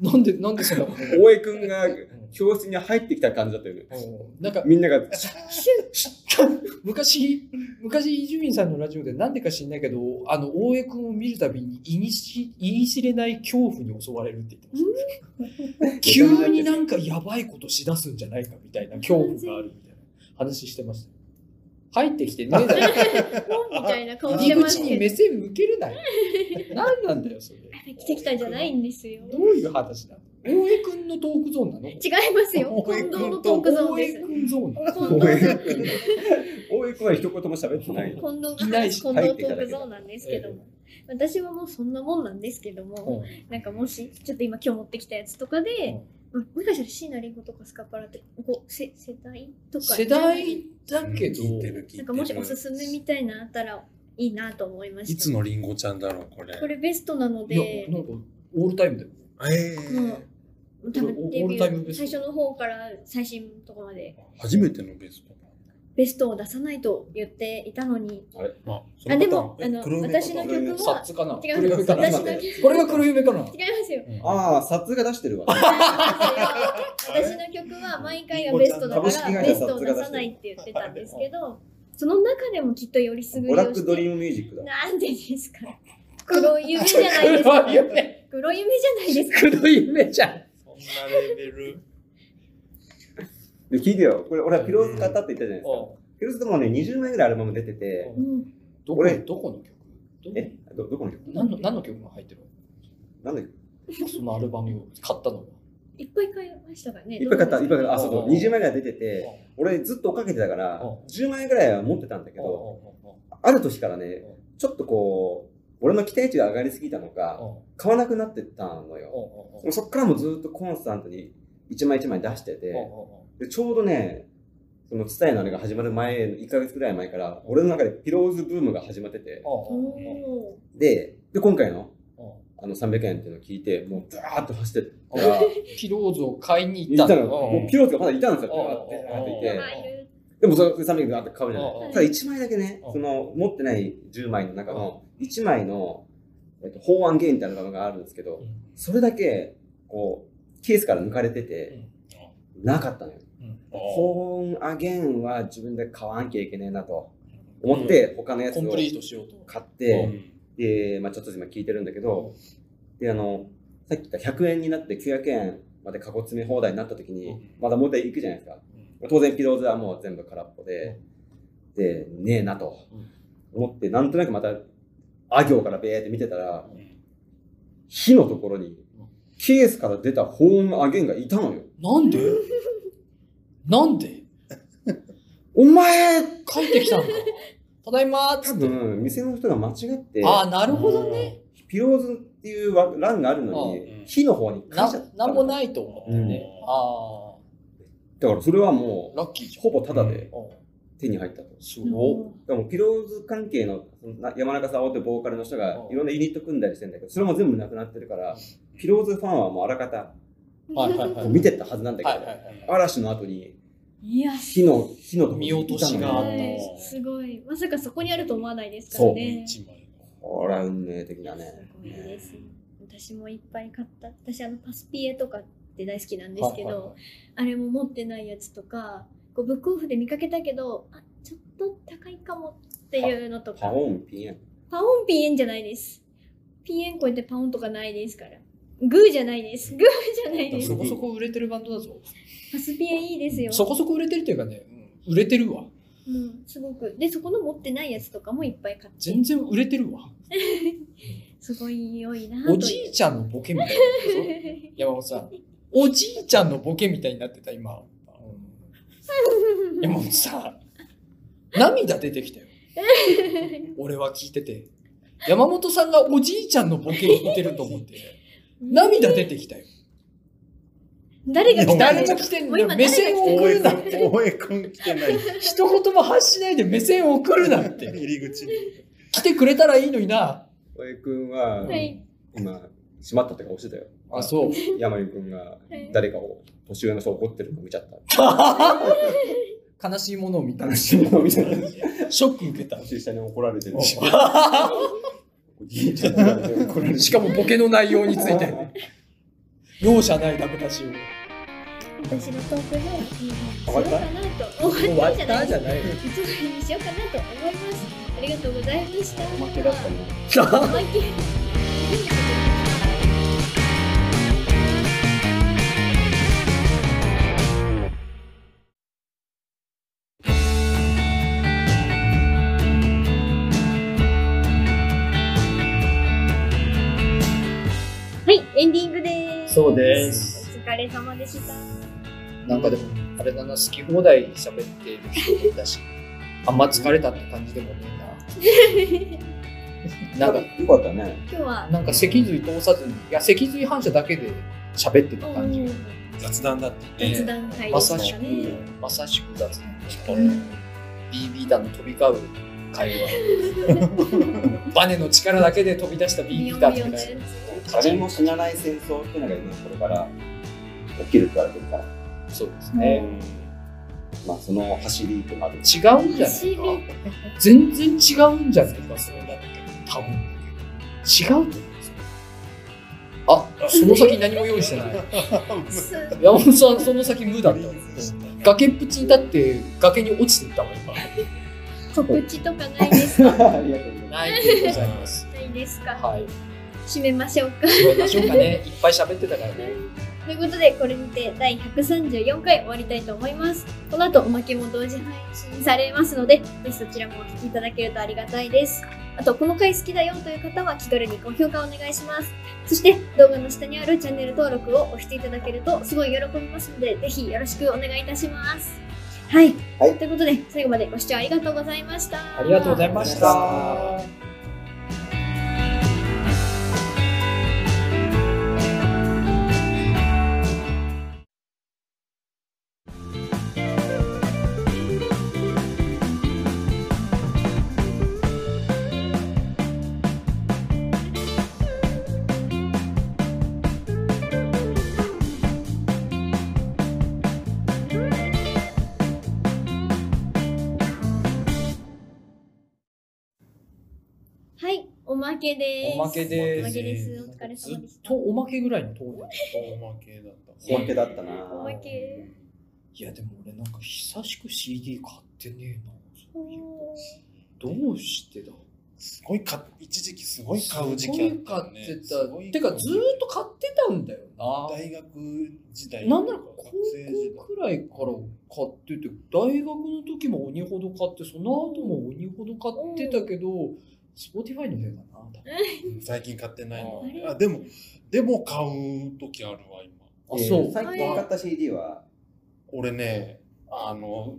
なんでなんで そんなこと
大江君が教室に入ってきた感じだったよね
うんなんか
みんながシュッ
昔昔伊集院さんのラジオで何でか知んないけどあの大江君を見るたびにいにし言い知れない恐怖に襲われるって言ってました急になんかやばいことしだすんじゃないかみたいな恐怖があるみたいな話してました。入ってきてねえだろ。
みたいな顔し
入
て
り
ます
口に
け
目
ど。
線向けるなよ。何なんだよ、それ。
来てきたじゃないんですよ。
どういう話なの大江君のトークゾーンなの
違いますよ。
大江
近
君
藤の
と
トークゾーン
大江
です。
君ゾーンなの
近藤さん近
大江君は一言も喋ってない
藤が
いない
話
し
す近藤トークゾーンなんですけども。私はもうそんなもんなんですけども、
うん
なんかもし、ちょっと今今日持ってきたやつとかで、うんもしかしたら椎名林檎とかスカパラって、こうせ世代とか。
世代だけど、
聞いてる聞いて
なん
る
かもしおすすめみたいなのあったらいいなと思いま
い
し
つ
た。
のリンゴちゃんだろう、これ。
これベストなの
いや
で、、
なんかオールタイムだよ。
え
も
ー、
う多分デ
オー
ビ
ル
ュ
タイムベ
ー
スト
最初の方から最新のところまで
初めてのゲスト。
ベストを出さないと言っていたのに、
あ、そ
あ
の
で
方
もあの
黒猫
私の曲
黒
サッ
は
ツかな。
違う
黒夢かな。
私
今
の
ね
曲違い
これが黒夢かな。
ますよ。
ああ撮影が出してるわ
私の曲は毎回がベストだか
株式
ら
会
ベ
社
ストを出さないって言ってたんですけど、その中でもきっとよりすぐり
ブ
を
ラック
し
ドリ
て、
ームミュージックだ
なんでですか黒い夢じゃないですか
黒い夢。
黒い夢じゃないですか
黒い夢じゃん。
そんなレベル。
で聞いてよこれ俺はピローズ買ったって言ったじゃないですか
お
ピローズとかもね20枚ぐらいアルバム出てて
うん
どこ
俺
どこの曲ど
えどどこの曲
何の何の曲が入ってる
なんだっけ
のそのアルバムを買ったのは。
いっぱい買いましたからね。
いっぱい買った、いっぱい買った。あ、そうそうう、
ん
20万円が出てて、俺ずっと追っかけてたから、
うん
10万円ぐらいは持ってたんだけど、ある年からね、ちょっとこう、俺の期待値が上がりすぎたのか、買わなくなってったのよ。そっからもずっとコンスタントに1枚1枚出してて、でちょうどね、その伝えのあれが始まる前、1ヶ月ぐらい前から、俺の中でピローズブームが始まってて、
おお
で、で今回のあの300円っていうのを聞いて、もうダーッと走ってったら、
ピローズを買いに行
行
っ
ったた
の
の、もうピローズがまだいたんですよ、バーってバーってい
ー。
え
て
ま。あいる
でもそれ300円あって買うじゃない。
うんうん
ただ1枚だけね
うん、
その持ってない10枚の中の1枚の、えっと、法案ゲインってアルバムがあるんですけど、
うん
それだけ、こう、ケースから抜かれてて、なかったのよ。法案ゲインは自分で買わなきゃいけねえなと思って、他のやつ
コ
を
ンプリートしようと。
買って、で、まあちょっと今聞いてるんだけど、で、あの、さっき言った100円になって900円までカゴ詰め放題になった時
う
に
ん、
まだもう一回行くじゃないですか。当然ピローズはもう全部空っぽで、でねえなと思ってなんとなくまたあ行からべーって見てたら火のところにケースから出た保温アゲンがいたのよ
なんでなんで
お前
帰ってきたのか。ただいまーっつ
多
って。
分店の人が間違って
ああ、なるほどね。
ピローズっていう欄があるの
うん
に火の方に変
な
えちゃった
なんもないと思ってね。
うん
あ
だからそれは
あ、
も
ラッキー
う
じゃん。
ほぼタダで
う
手に入ったと
んす
うん
ごい。
でもピローズ関係のそのな山中さんってボーカルの人が
うん
いろんなユニット組んだりしてんだけどそれも全部なくなってるからピローズファンはもうあらかた
はいはいは
こ
いう
見てったはずなんだけど、
はいはいはい。
嵐の後に
いや、
火の火のとこに
見落とし
いた
があ
の
った
よ
の
はいすごい。まさかそこにあると思わないですからね。
一枚の。
これは運命的
い
だ
や
ね
すごいです。私もいっぱい買った。私あのパスピエとかって大好きなんですけど、
はいはいはい
あれも持ってないやつとか、こうブックオフで見かけたけど、あちょっと高いかもっていうのと
パ
か。
オンピエン
パオンピエンじゃないです。ピエン超えてパオンとかないですから。グーじゃないです。グーじゃ ないで
そ
す。
こそこ売れてるバンドだぞ。
パスピエンいいですよ。
そこそこ売れてるというかね、うん売れてるわ。
うん、すごく。で、そこの持ってないやつとかもいっぱい買って
全、然売れてるわ。
すごい良いなという。
お じいちゃんのボケみたいになってるぞ山本さん。おじいちゃんのボケみたいになってた、今。山本さん。涙出てきたよ。俺は聞いてて。山本さんがおじいちゃんのボケを見てると思って。涙出てきたよ。
誰が来たん
誰
です
が
か
来てん
も
の
う今
目線を送
大
る
江
なって。
君、大江君来てない。
一言も発しないで目線を送るなって。
入り口に。
来てくれたらいいのにな。
小江君は、
はい
今閉まったって顔してたよ
あ、そう。
山井君が誰かを年上の人を怒ってるのを見ちゃった
悲しいものを見た。
楽しみを見ちゃった
ショック受けた。
年下に怒られてるし
お
おじいちゃんに怒られてる
しかもボケの内容について。 容赦ないダメ出しを。
私のトークのいい本にしようかなと思
終わったじゃないよ。
いつまでにしようかなと思います。ありがとうございました。
おまけだったね
おまけはい、エンディングです。
そう
お
です。
疲れ様で した。
なんかでも、あれだな、好き放題喋ってる人もいたし、あんま疲れたって感じでもねえな。なんか、
よかったね
今日は
なんか脊髄通さずに、いや、脊髄反射だけで喋ってた感じ。
雑談だった
雑
ね。
談会
ま
でし
さしたく
ね。、
まさしく雑談でした
う
ね。
ん
BB 弾の飛び交う会話。バネの力だけで飛び出した BB 弾みたいな。
誰も死なない戦争っていうのが今これから起きるって言われてるから
そうですね。
まあその走りとなる
違うんじゃない
走
か
り。
全然違うんじゃないか、それだって。多分違うと思うんですよ。あ、その先何も用意して ない。
す
山本さん、その先無だった。崖っぷちに立って崖に落ちていったもん、今。
告知とかないですか
ありがとうございます
ないでございます。
ないですか
はい。
締めましょうか。
締めましょうかね。いっぱい喋ってたからね。
ということで、これにて第134回終わりたいと思います。この後、おまけも同時配信されますので、ぜひそちらもお聞きいただけるとありがたいです。あと、この回好きだよという方は気軽にご評価お願いします。そして、動画の下にあるチャンネル登録を押していただけると、すごい喜びますので、ぜひよろしくお願いいたします。はい。
はい
ということで、最後までご視聴ありがとうございました。
ありがとうございました。
はい。おまけです。
おまけです
おまけです。お疲れ
ず
様で
っ
した。
とおまけぐらいのところだ
おまけだった。
おまけだったな。
おまけ。
いやでも俺なんか久しく CD 買ってねえな。
おー
どうしてだ
すごい買っ一時期すごい買う時
す
期
ご
あ
い
ったよね。
買って
すごい
た。てかずーっと買ってたんだよな。
大学時代。
なんなら高
学
校
生時代。
くらいから買ってて大学の時も鬼ほど買ってその後も鬼ほど買ってたけど Spotify のせいだな多分
うん最近買ってないの
あれ。
あでもでも買う時あるわ今。
あ
えー
そう
最近買った CD は、
俺ねあの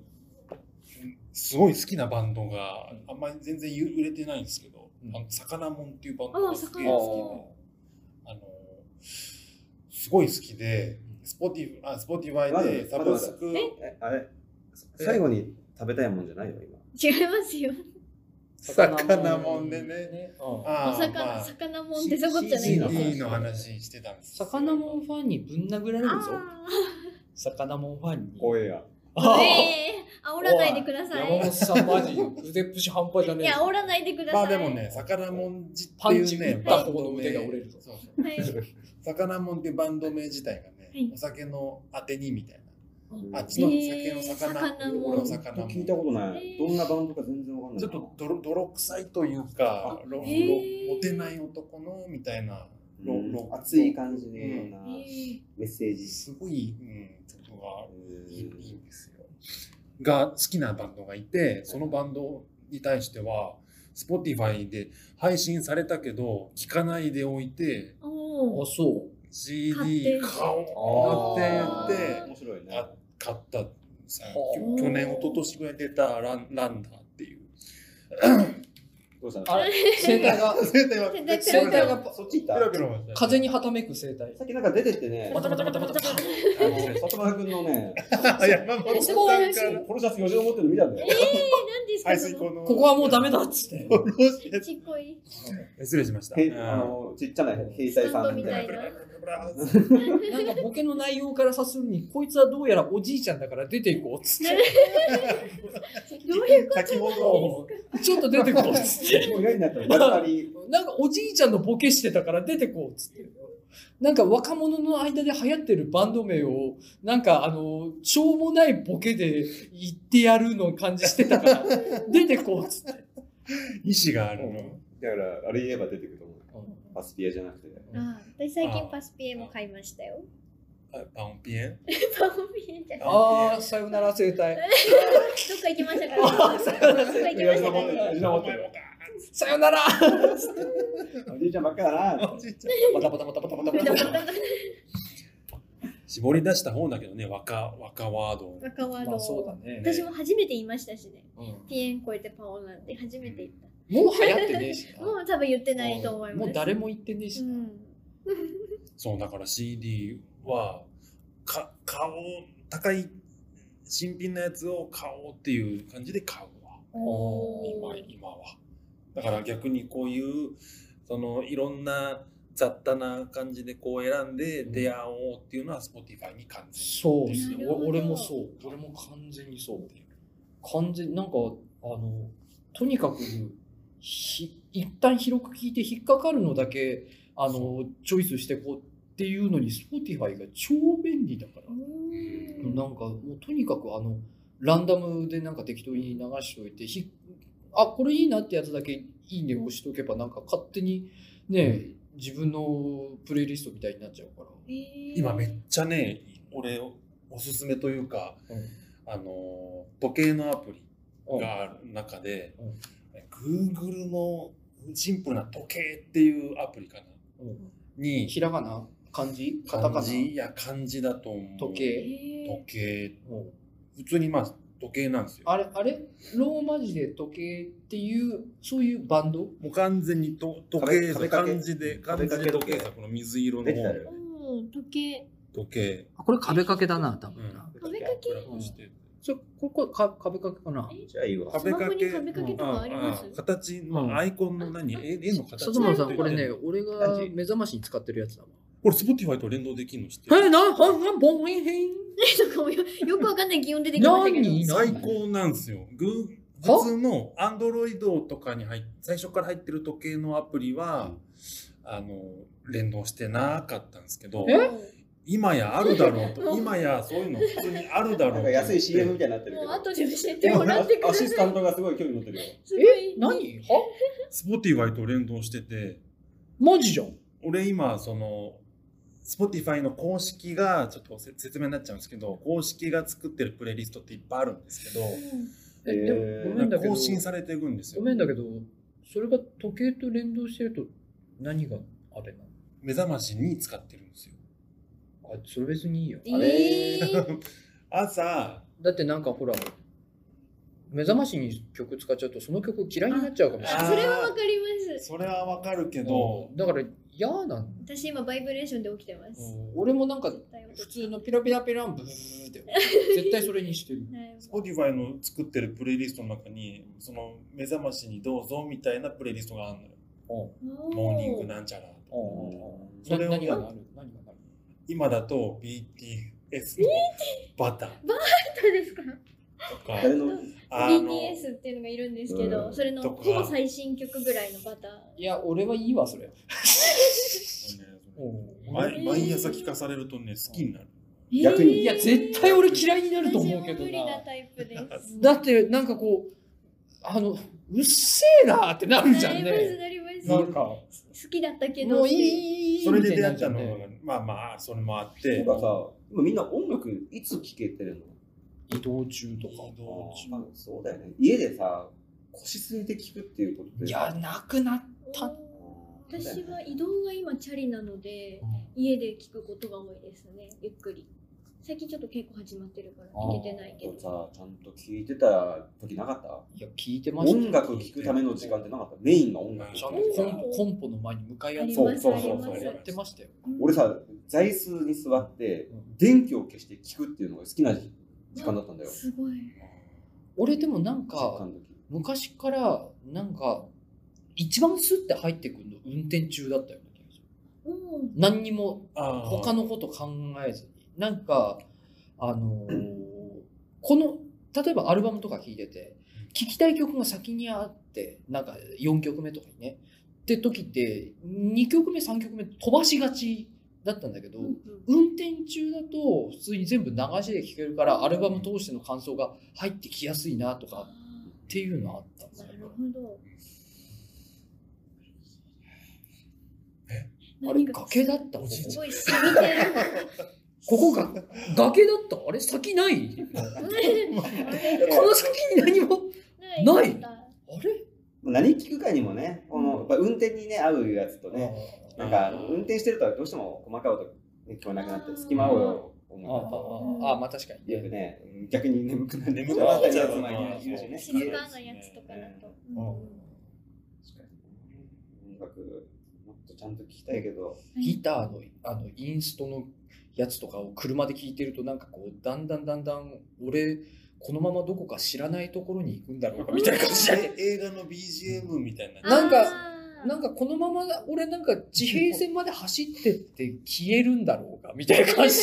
すごい好きなバンドがあんまり全然ゆ売れてないんですけど、
うん
あのサカナモンっていうバンドがすげえ
あ
好きであのすごい好きでスポティあスポティファイでサブスク
えあれ、最後に食べたいもんじゃないよ、今。
違いますよ。
魚もんでね
うん
お
あー
魚、
まあ
魚もんってそこじゃない
CD
よ。
の話してたんです
魚もんファンにぶん殴られ
あ
るぞ魚もんファンに
えや。
あ
あ
ー。
ー
えー、 煽らないでくださ
山本
い。
さんマジ腕っぷし半端じゃね
い
え
や、煽らないでください。
まあでもね、魚もんじって
パン
い
チ
う
打
ね、
った
バン
方
ド
の
名
腕が折れるぞ
そうそう
はい。
魚もんってバンド名自体がね、
はい
お酒のあてにみたいな。あっ
あ、
ちの酒の魚、
えー魚もん
俺の魚もん。
聞いたことない。どんなバンドか全然わかんない
ちょ
な。
っと泥泥臭いというか、ろろ
えー
モテない男のみたいな、
う
ろ
ん
ろ
熱い感じのような
えー
メッセージ。
すごい、うん、とこがいい
うん
いいんですよ。が好きなバンドがいて、そのバンドに対しては、Spotify で配信されたけど、聞かないでおいて、
お
あ
ー
そう
CD 買お
あ
うっ
ー
て言って
面白いね。
あ買ったさ
ほう
去年一昨年ぐらいに出たランランダーっていう
どうした
あ
の
れ生態 が
生態は
全然
生態が
そっち行
ペ
った
ロペロ
風にはためく生 態
さっきなんか出てってね、
バタバタバタバタバタ
あの里村君の ね、
あ山本さんから
ポロシャツ4持ってるの見たんだ
えー、
よ。
何ですか
排
そ
水
の
口の
ここはもうダメ だっつって
ちっこい。
失礼しました
へあのちっちゃな兵隊さんみたいな。
なんかボケの内容から察するに、こいつはどうやらおじいちゃんだから出ていこうっつって。
どういうこ
先ほど
ちょっと出てこうっつって。
もう嫌になったら、やっぱり、
なんかおじいちゃんのボケしてたから出てこうっつって。なんか若者の間で流行ってるバンド名を、なんかあの、しょうもないボケで言ってやるの感じしてたから、出てこうっつって。
意志があるの
だから、あれ言えば出てくると思う。パスピアじゃなくて。
とあー私最近パスピエも買いましたよ。
あパンピエン
パスピエじゃない。
ああ、さよなら生態。
どっか行きましたから。どっか行きました
持って
か
る
ら。
手品持ってる
さよなら
おじいちゃんばっかだな。
バタバタバタバタバタ
ふ
バ
だ
タ
ふ。だ
絞り出した方だけどね若若ワードを
若ワー
ま
ド
あそうだね。
私も初めて言いましたしね。
うんも
ピエン超えてパオなんて初めて言った。
う流行ってねえしな。
もう多分言ってないと思います。
もう誰も言ってねえし
う
な。
ん。
そうだから CD はか買おう高い新品のやつを買おうっていう感じで買うわ
お
今今はだから逆にこういうそのいろんな雑多な感じでこう選んで
うん
出会おうっていうのは Spotify に完全
そうですね
な。るほど
お俺もそう。俺も完全にそう。完全なんかあのとにかくひ一旦広く聞いて引っかかるのだけあのチョイスしてこうっていうのに Spotify が超便利だから。
ー。
なんかもうとにかくあのランダムでなんか適当に流しておいてひあこれいいなってやつだけいいねを押しとけばなんか勝手にね
自分のプレイリストみたいになっちゃうから。
今めっちゃね俺おすすめというか、
うん
あの時計のアプリ
うん
がある中で、
うん
Google のシンプルな時計っていうアプリかな、
うん
に
ひらがな漢字カタカナ
漢字いや漢字だと思う
時計
時
え
計
うん
普通にまあ時計なんですよ
あれあれローマ字で時計っていうそういうバンド
もう完全にと時計
壁壁掛け
漢字で漢字
壁掛け
で時
時計
計さこの水色
できた
の
よ
うん、時計。
時計
これ壁掛けだな多分な、
う
壁掛け。
暗くして
そここか壁掛けかな
じゃあいいわ。
スマホに壁
壁
掛けとかあります
ああ形、ま
うん
あ、アイコンの何、絵絵の形
里村さんこれね
こ
俺が目覚ましに使ってるやつだわ
れ Spotify と連動できるの知って
え
る
なははボンヘン
なんかもうよよくわかんない擬音出てきましたけど。
何
最高なんですよ。グー
は
普通の Android とかに入っ最初から入ってる時計のアプリは、あの連動してなかったんですけど
え
今やあるだろ う
う
と
ん
今やそういうの普通にあるだろうと思っ
なんか
て
安い CM みたいになってる
も
け
う
ど。
後で教えてもらってくだ
ア
さい。
シスタントがすごい興味持ってるよ。
すごい。
何は
Spotify と連動してて
マジじゃん
俺今その Spotify の公式がちょっとせ説明になっちゃうんですけど公式が作ってるプレイリストっていっぱいあるんですけど
えで
えー
もごめんだけど
更新されていくんです
ご
よ
めんだけどそれが時計と連動してると何があれなの
目覚ましに使ってるんですよ
あそれ別にいいよ
ええー。
朝
だってなんかほら目覚ましに曲使っちゃうとその曲嫌いになっちゃうかもしれない
あそれはわかります。
それはわかるけど、
うんだから嫌なん
私今バイブレーションで起きてます。
俺もなんか
絶対音
普通のピラピラピランブーって絶対それにして る
ない
Spotify の作ってるプレイリストの中にその目覚ましにどうぞみたいなプレイリストがあるのよモーニングなんちゃらとかそれを
何がなる何がなる
今だと BTS のバター
そうですか
と か
誰の
あの
BTS っていうのがいるんですけど、
うん
それの
と
ほ
か
ぼ最新曲ぐらいのパターン。
いや俺はいいわそれ
毎毎朝聞かされるとね好きになる
逆に
えー
いや絶対俺嫌いになると思うけ
私
ど
も無理な
な
タイプです。
だってなんかこうあのうっせえなーってなるじゃん
なります
ね
なります
なんか
好きだったけど。
もういいいいいい
それで出
な
会っ
っちゃ
た
う
の
ね
がまあまあそれもあって
なんかさ、今みんな音楽いつ聴けてるの
移動中とか
移動中
あそうだよね。家でさ、腰据えて聴くっていうことって。
いやなくなっ
おー私は移動が今チャリなので、家で聞くことが多いですね、ゆっくり。最近ちょっと稽古始まってるから、
あー
聞けてないけ
でも
ど。
さ、ちゃんと聴いてた時なかった
いや聞いてました
音楽聴くための時間ってなかったメインが音楽
ちゃん
聴
と
く
コ
か
うん
ら
ンコンポの前に向かい合
あ
って
り
そ
ま
う
す、
そう
あり
そう
ま
そう
す
や。ってましたよ
俺さ、座椅子に座って
うん、
電気を消して聴くっていうのが好きな時間だったんだよ。
すごい。
俺でもなん
実
か
感の時。
昔からなんか一番スッて入ってくるの運転中だったような気がする
うん。
何にも
あー
他のこと考えずになんかあのーこの例えばアルバムとか聴いてて聴きたい曲が先にあってなんか4曲目とかにねって時って2曲目3曲目飛ばしがちだったんだけど、
うん
運転中だと普通に全部流しで聴けるからアルバム通しての感想が入ってきやすいなとか
あ
っていうのあったんで
ー
す
な
よね
るほど。
え
あれ
何か
崖だったこ
おじい
す
ち
ごい染みてる。
ここが崖だったあれ先ない
あ
こ
れ
の先に何も
な
ないいあれ
何聴くかにもね、このやっぱ運転にね、合うやつとね、なんか運転してるとどうしても細かい音ね聞こえなくなって、隙間を
あー
音楽だと。
あーあーまあ確かに
よく
ね
ね、逆に眠くなる
眠
眠
く
く
な
な
っ
っ
ち
た
ゃう
り
やつも
やつも
いるし
いるしね。
静かなやつとかだと。
音楽もっとちゃんと聴きたいけど、
ギターのあのインストのやつとかを車で聴いてるとなんかこうだんだんだんだん俺このままどこか知らないところに行くんだろうかみたいな感じで
え映画の BGM みたいな
なんか
あー
なんかこのまま俺なんか地平線まで走ってって消えるんだろうかみたいな 感じ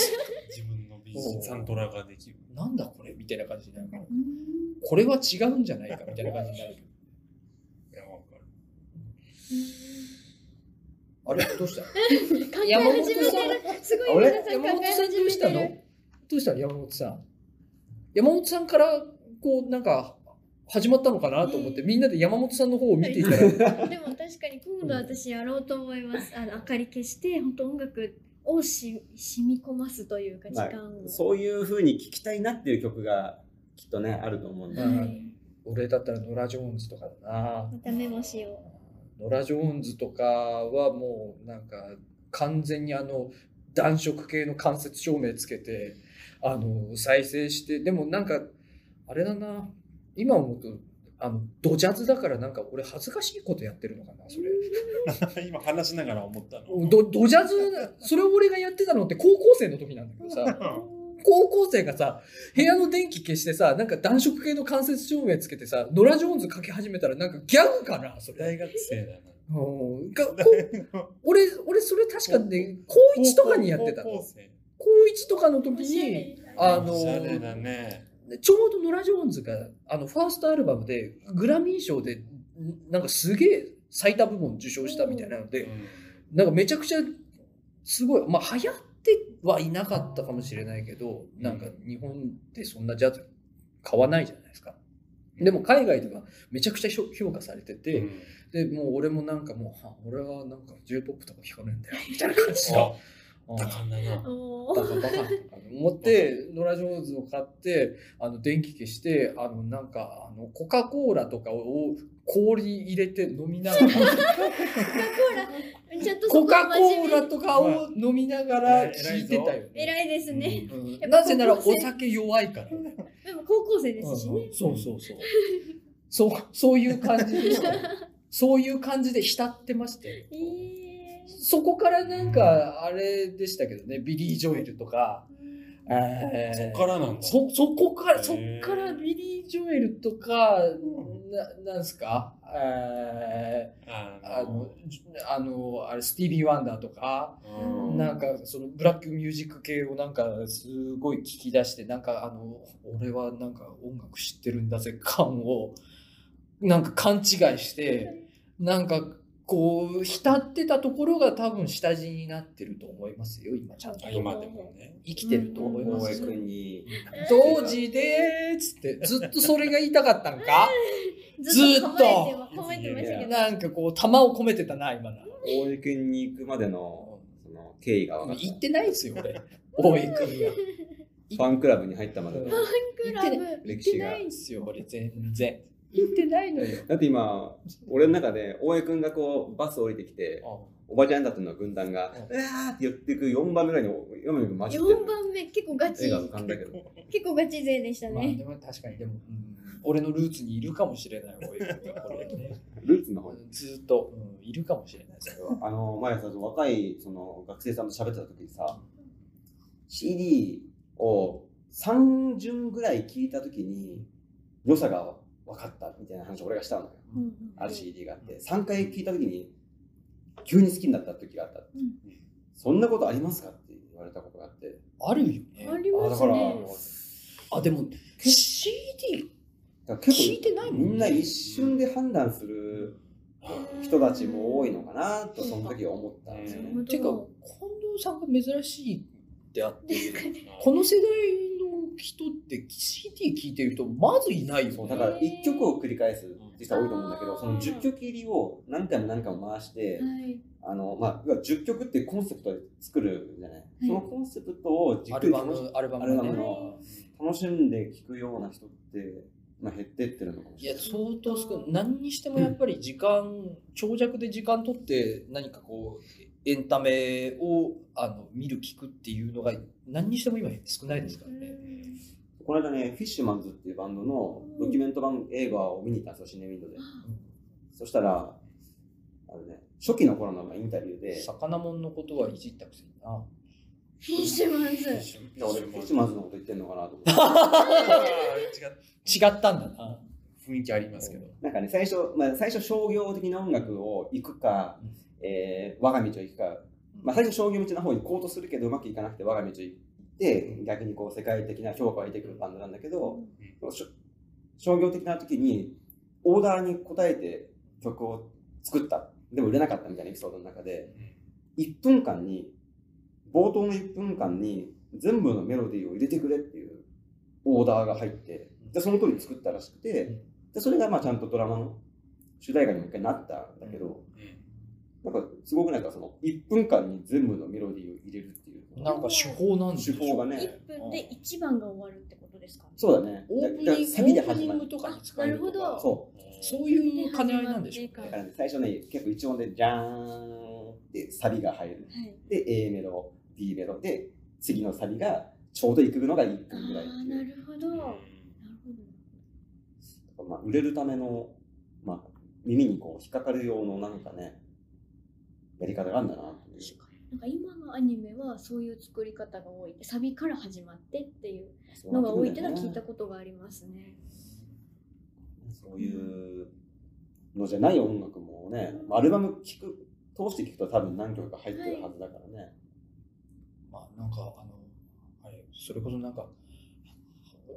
自分の BGM サントラができる
なんだこれみたいな感じになるから
うん
これは違うんじゃないかみたいな感じになるけど
いやわかる
あれどうした
考え始めてる。すごい
あ
皆
れ
さん
山
考
本
え
さん
始
どう
め
した
て
の
る。
どうしたの山本さん山本さんからこうなんか始まったのかなと思ってみんなで山本さんの方を見ていたら
でも確かに今度私やろうと思います。あの明かり消して本当音楽をし染み込ますというか時間を。
そういう風に聞きたいなっていう曲がきっとねあると思うんで、
は
はいい、俺だったらノラ・ジョーンズとかだな
またメモしよ
ノラ・ジョーンズとかはもうなんか完全にあの暖色系の間接照明つけてあの再生してでもなんかあれだな今思うとあのドジャズだからなんか俺恥ずかしいことやってるのかなそれ
今話しながら思ったの。
ドドジャズそれを俺がやってたのって高校生の時なんだけどさ
う。
高校生がさ、部屋の電気消してさ、なんか暖色系の間接照明つけてさ、ノラ・ジョーンズかけ始めたらなんかギャグかなそれ。
大学生だな。
うんがこ俺、俺それ確かね、高1とかにやってたの。
高
高
校生
1とかの時
おしゃれ
に、あの
おしゃれだね。
ちょうどノラ・ジョーンズが、あの、ファーストアルバムで、グラミー賞で、なんかすげえ最多部門受賞したみたいなので、なんかめちゃくちゃすごい、まあ、流行ってはいなかったかもしれないけど、なんか日本でそんなジャズ買わないじゃないですか。でも海外ではめちゃくちゃ評評価されてて、
うん
でもう俺もなんかもうは、俺はなんか J-POP とか聞かないんだよ、みたいな感じ
あ
の。、うん
多感だな。
お
バ
ー
カバカ持ってノラ・ジョーンズを買ってあの電気消してあのなんかあのコカ・コーラとかを氷入れて飲みなが ら
ちゃんとそ
コ
こは
カ・コ
真
ー
面
ラ
目
とかを飲みながら聞いてたよ、ね。
偉いですね。
うん
やっぱ
なぜならお酒弱いから。
でも高校生ですしね。
そうそうそう。そうそういう感じで した。そういう感じで浸ってまして。
え
そこからなんかあれでしたけどね、ビリー・ジョエルとか。
ー
えー
そっからなんだ。
そそこからそっ
へー
からビリー・ジョエルとかななんすかえ
あ
ーあのじあのあれスティービー・ワンダーとか
のうん
なんかそのブラックミュージック系をなんかすごい聞き出してなんかあの俺はなんか音楽知ってるんだぜ感をなんか勘違いしてなんかこう浸ってたところが多分下地になってると思いますよ今ちゃんと
あ今でもね。
生きてると思いま
大
す
江
よ
君に
当時でーっつってずっとそれが言いたかったんか
ずっと
ずっと
褒めてましたけど。
なんかこう玉を込めてたな今な
大江君に行くまでのその経緯が分かった
言ってないですよ俺大江君が
ファンクラブに入ったまでの
うん
ク
言
ラ
って
ブ
ない言ってないんですよ俺全然言ってないのよ
だって今俺の中で大江君がこうバス降りてきておばちゃんたちの軍団が
うん
「うわ!」って寄っていく4番ぐらいに山君混じって
4
る
番目結構ガチ
絵が浮かんだけど
結構ガチ勢でした
まあ
ね
で。も確かにでも、うん俺のルーツにいるかもしれない大江君がこれね
ルーツの方
う
に
んずっと、うんいるかもしれないそれは
あの前さ若いその学生さんと喋ってた時にさ CD を3巡ぐらい聞いた時に良さが分かったみたいな話を俺がしたのよ
うんうん
ある CD があって3回聞いた時に急に好きになった時があったっ
う
て、
ん
そんなことありますかって言われたことがあって
あるよね
あり
あ
ま
だ
す
から
ね。
あでも CD
だから
聞い
結
てない
構
も
み
ん
んな一瞬で判断する人たちも多いのかなと
うん
その時は思ったんですよね。
てか近藤さんが珍しいであってこ
こ
の世代の人って CD 聴いてる人まずいないよ
そう
ね
だから1曲を繰り返すって人は多いと思うんだけ
あ
ど
ー
その10曲入りを何回も何回も回して、
はい。
あのまあ、要は10曲っていうコンセプトで作るじゃない、
い
そのコンセプトをじっ
ア
く
ル
り
バ
楽し
ムアルバ
ア
ム
ル
が
バム
ね
の楽しんで聴くような人って、まあ、減ってってるのかもし
い
れ
や
ない。
相当少ない何にしてもやっぱり時間、長尺で時間取って何かこうエンタメをあの見る聞くっていうのが何にしても今少ないですからね、
この間ね、フィッシュマンズっていうバンドのドキュメント版映画を見に行ったんですよ、シネウィンドで。そしたら、あのね、初期の頃のインタビューで、
魚もんのことはいじったくせにな
フィッシュマンズ。
いや俺、フィッシュ
あ
マンズのこと言ってんのかなと思って。
ー違う
違ったんだな
雰囲気ありますけど。
なんかね、最初、まあ、最初商業的な音楽を行くか、えー我が道を行くか、まあ、最初商業道の方に行こうとするけど、うまくいかなくて我が道行って、逆にこう世界的な評価を得てくるバンドなんだけど、しょ商業的な時にオーダーに応えて曲を作ったでも売れなかったみたいなエピソードの中で1分間に冒頭の1分間に全部のメロディーを入れてくれっていうオーダーが入ってでその通り作ったらしくてででそれがまあちゃんとドラマの主題歌にも一回なったんだけど、なんかすごくなんかその1分間に全部のメロディーを入れるっていうのが
なんか手法なんでし
手
ょ
法がね
1分で1番が終わるってことですか
そうだね
オープニン
だ
グ
からサ
オ
ビで
ープ
始
ニ
ま
ン
る
グとかに使えると
あなる
か
ほど
そ
そういう兼ね合いなんでしょう
は
う
い
だから、ね、最初ね結構一音でジャーンってサビが入るで A メロ B メロで次のサビがちょうどいくのが1
あ
分ぐらいって
ー
い
な
う
るほどなるほ
まあ、売れるための、まあ、耳にこう引っかかる用のなんかねやり方があるんだなっていう
どなんか今のアニメはそういう作り方が多いサビから始まってっていう
そうな
の
っ
が多
てくる
い
ん
っ
だ
て
よ
のは
ね
聞いたことがありますね
そういうのじゃない音楽もね、まあアルバム聞く通して聞くと多分何曲か入ってるはずだからね、
まあなんかあのあれそれこそなんか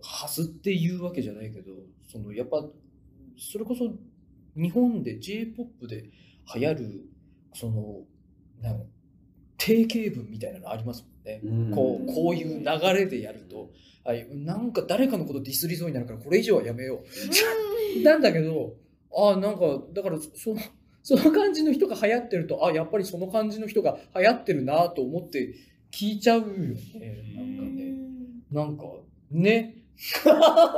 はずっていうわけじゃないけどそのやっぱそれこそ日本で j p o p で流行るそのなんか定型文みたいなのありますもんね。
うん
こうこういう流れでやると、はい、なんか誰かのことディスりそうになるからこれ以上はやめようなんだけど、あなんか、だからその、その感じの人が流行ってると、あやっぱりその感じの人が流行ってるなと思って聞いちゃうよね。
う
なん
ん
かね。なんか、ね。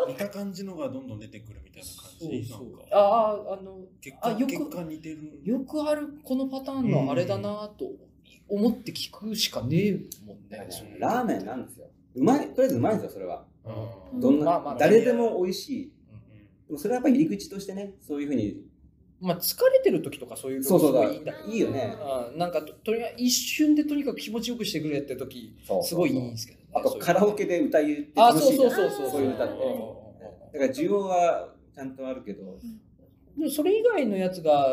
似た感じのがどんどん出てくるみたいな感じ
そうそう
なんか。
ああ、あの、
結
あ
果
よく
結果似てる。
よくあるこのパターンのあれだなと思って聞くしかねえもんね。そう
ラーメンなんですようまいとりあえずうまいんですよそれは
うん
どんな、
まあまあ
誰でも美味しい
うん
でもそれはやっぱり入り口としてねそういうふうに
まあ、疲れてる時とかそういう
そうそう
すご
だ
いいいんだ
いいよね
あなんかととりあえず一瞬でとにかく気持ちよくしてくれって時
そう
すごいいいんですけどね。
あ
そう
と
いう
カラオケで歌いって
あ
楽
そ
し
う
い
そう
じゃん
そうそう
そういう歌って
ん
だから需要はちゃんとあるけど
でもそれ以外のやつが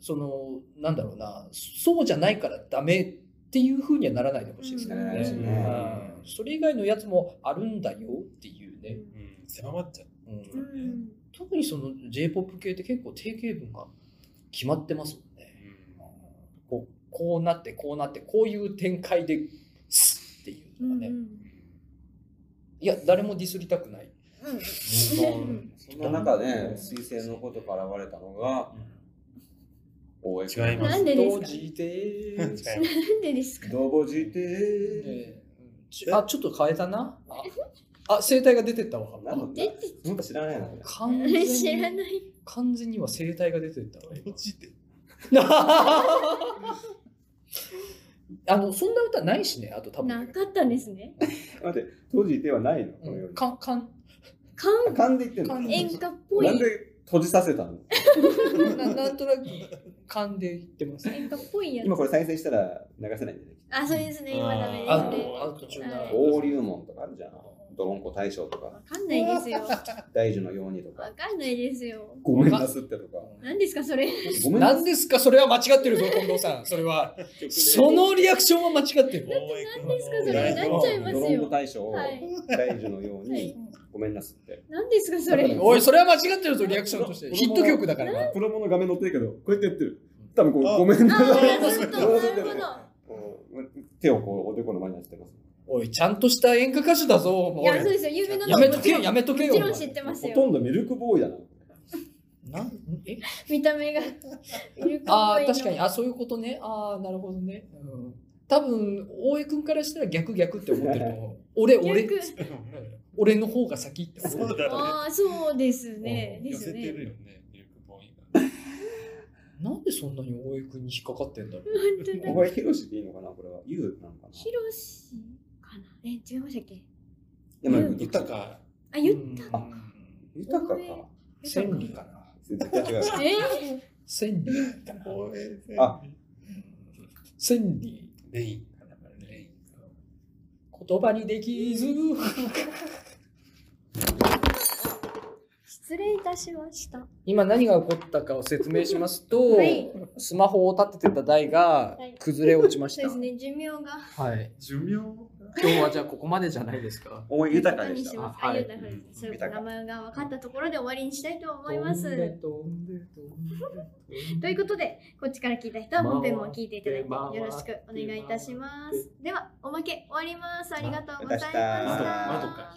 そのなんだろうなそうじゃないからダメっていうふうにはならないでほしいですけど
ならないです
ね
ね
うんそれ以外のやつもあるんだよっていうね、
うん狭まっちゃう。
うん
うん
特にその j p o p 系って結構定型文が決まってますもんねこうこうなってこうなってこういう展開ですっていうのがね、いや誰もディスりたくない、
うん
そんな中ね彗星のことから現れたのが応援
違います
なんでですか
で
うん違います
す
なんでですか
どぼじて
えーちあ、ちょっと変えたな。あ、あ声帯が出てったわ。
なんか
出て
なんか知らないなこれ
完全
知ら
に
ない
完全には声帯が出てったわ。今
マジで。
あの、そんな歌ないしね、あと多分。
なかったんですね
待って、閉じてはないのこのよう
うん
に。
かんかん
韓
あ噛んでいってんの
噛ん
演歌っぽい
なんで閉じさせたの
ななんとなく噛んでいってます。
演歌っぽいやつ
今これ再生したら流せないんじゃない
あそうですね今ダメ
あ
ですね
の、あの途中な。
登竜門とかあるじゃん。ドロンコ大将とか、
わかんないですよわ
大樹のようにとか、
かんないですよ
ごめんなすってとか。
何ですかそれ
ごめんな
何ですかそれは間違ってるぞ、近藤さん。それは。そのリアクションは間違ってる。
何です
かそれ
ド
なっちゃいますよ
ロンコ大将、
はい
大樹のよう
は
に
い、
ごめんなすって。
何ですかそれ
おい、それは間違ってるぞ、リアクションとして。ヒット曲だからな。
子供の画面載ってるけど、こうやってやってる。多分こう、ごめんな
あ
さ
なる
い
ほどなるほど
うん手をこう、おでこの前にやってます。
おい、ちゃんとした演歌歌手だぞ、もう
いやそうですよ有名なの
やめとけよ、
もち
やめとけ
ろん
よ。
もちろん知ってます
ほ
よ
とんどミルクボーイだな。
なんえ
見た目がミルクっぽいの
ああ、確かに、あそういうことね。ああ、なるほどね。うん、多分大江君からしたら逆逆って思ってる と思う。俺、俺、
逆
俺の方が先って思
そう
ってる。
だね。
ああそうですねで
寄
す
せてる
ね
よね。ミルクボーイ
なんでそんなに大江君に引っかかってんだろう。
本当だ
お前、ヒロシでいいのかなこれは。ユウなのかな
ヒロシかなえ違いましたっけ
でも
ユウ
豊か。
あゆ
う
あ
ん
豊かか。
千里かな。
絶対違う。
え
千 里かな。
応援
あ
うん千里。
レイン。
言葉にできず。
失礼いたしました
今何が起こったかを説明しますと、
はい
スマホを立ててた台が
はい
崩れ落ちまし
そうで
た。は
す
い、
ね寿命が
寿命
今日はじゃあここまでじゃないですか。
思い豊か
何
で
に
し。
したます
あ
あ
はい
ゆうたふうそういう
豊か
名前が分かったところで終わりにしたいと思い
飛んで
ます。
飛んで飛んで
ということで、こっちから聞いた人は本編も聞いていただいてよろしくお願いいたします。では、おまけ終わります。ありがとうございました。
ありがとうござ
窓窓か
いました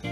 広い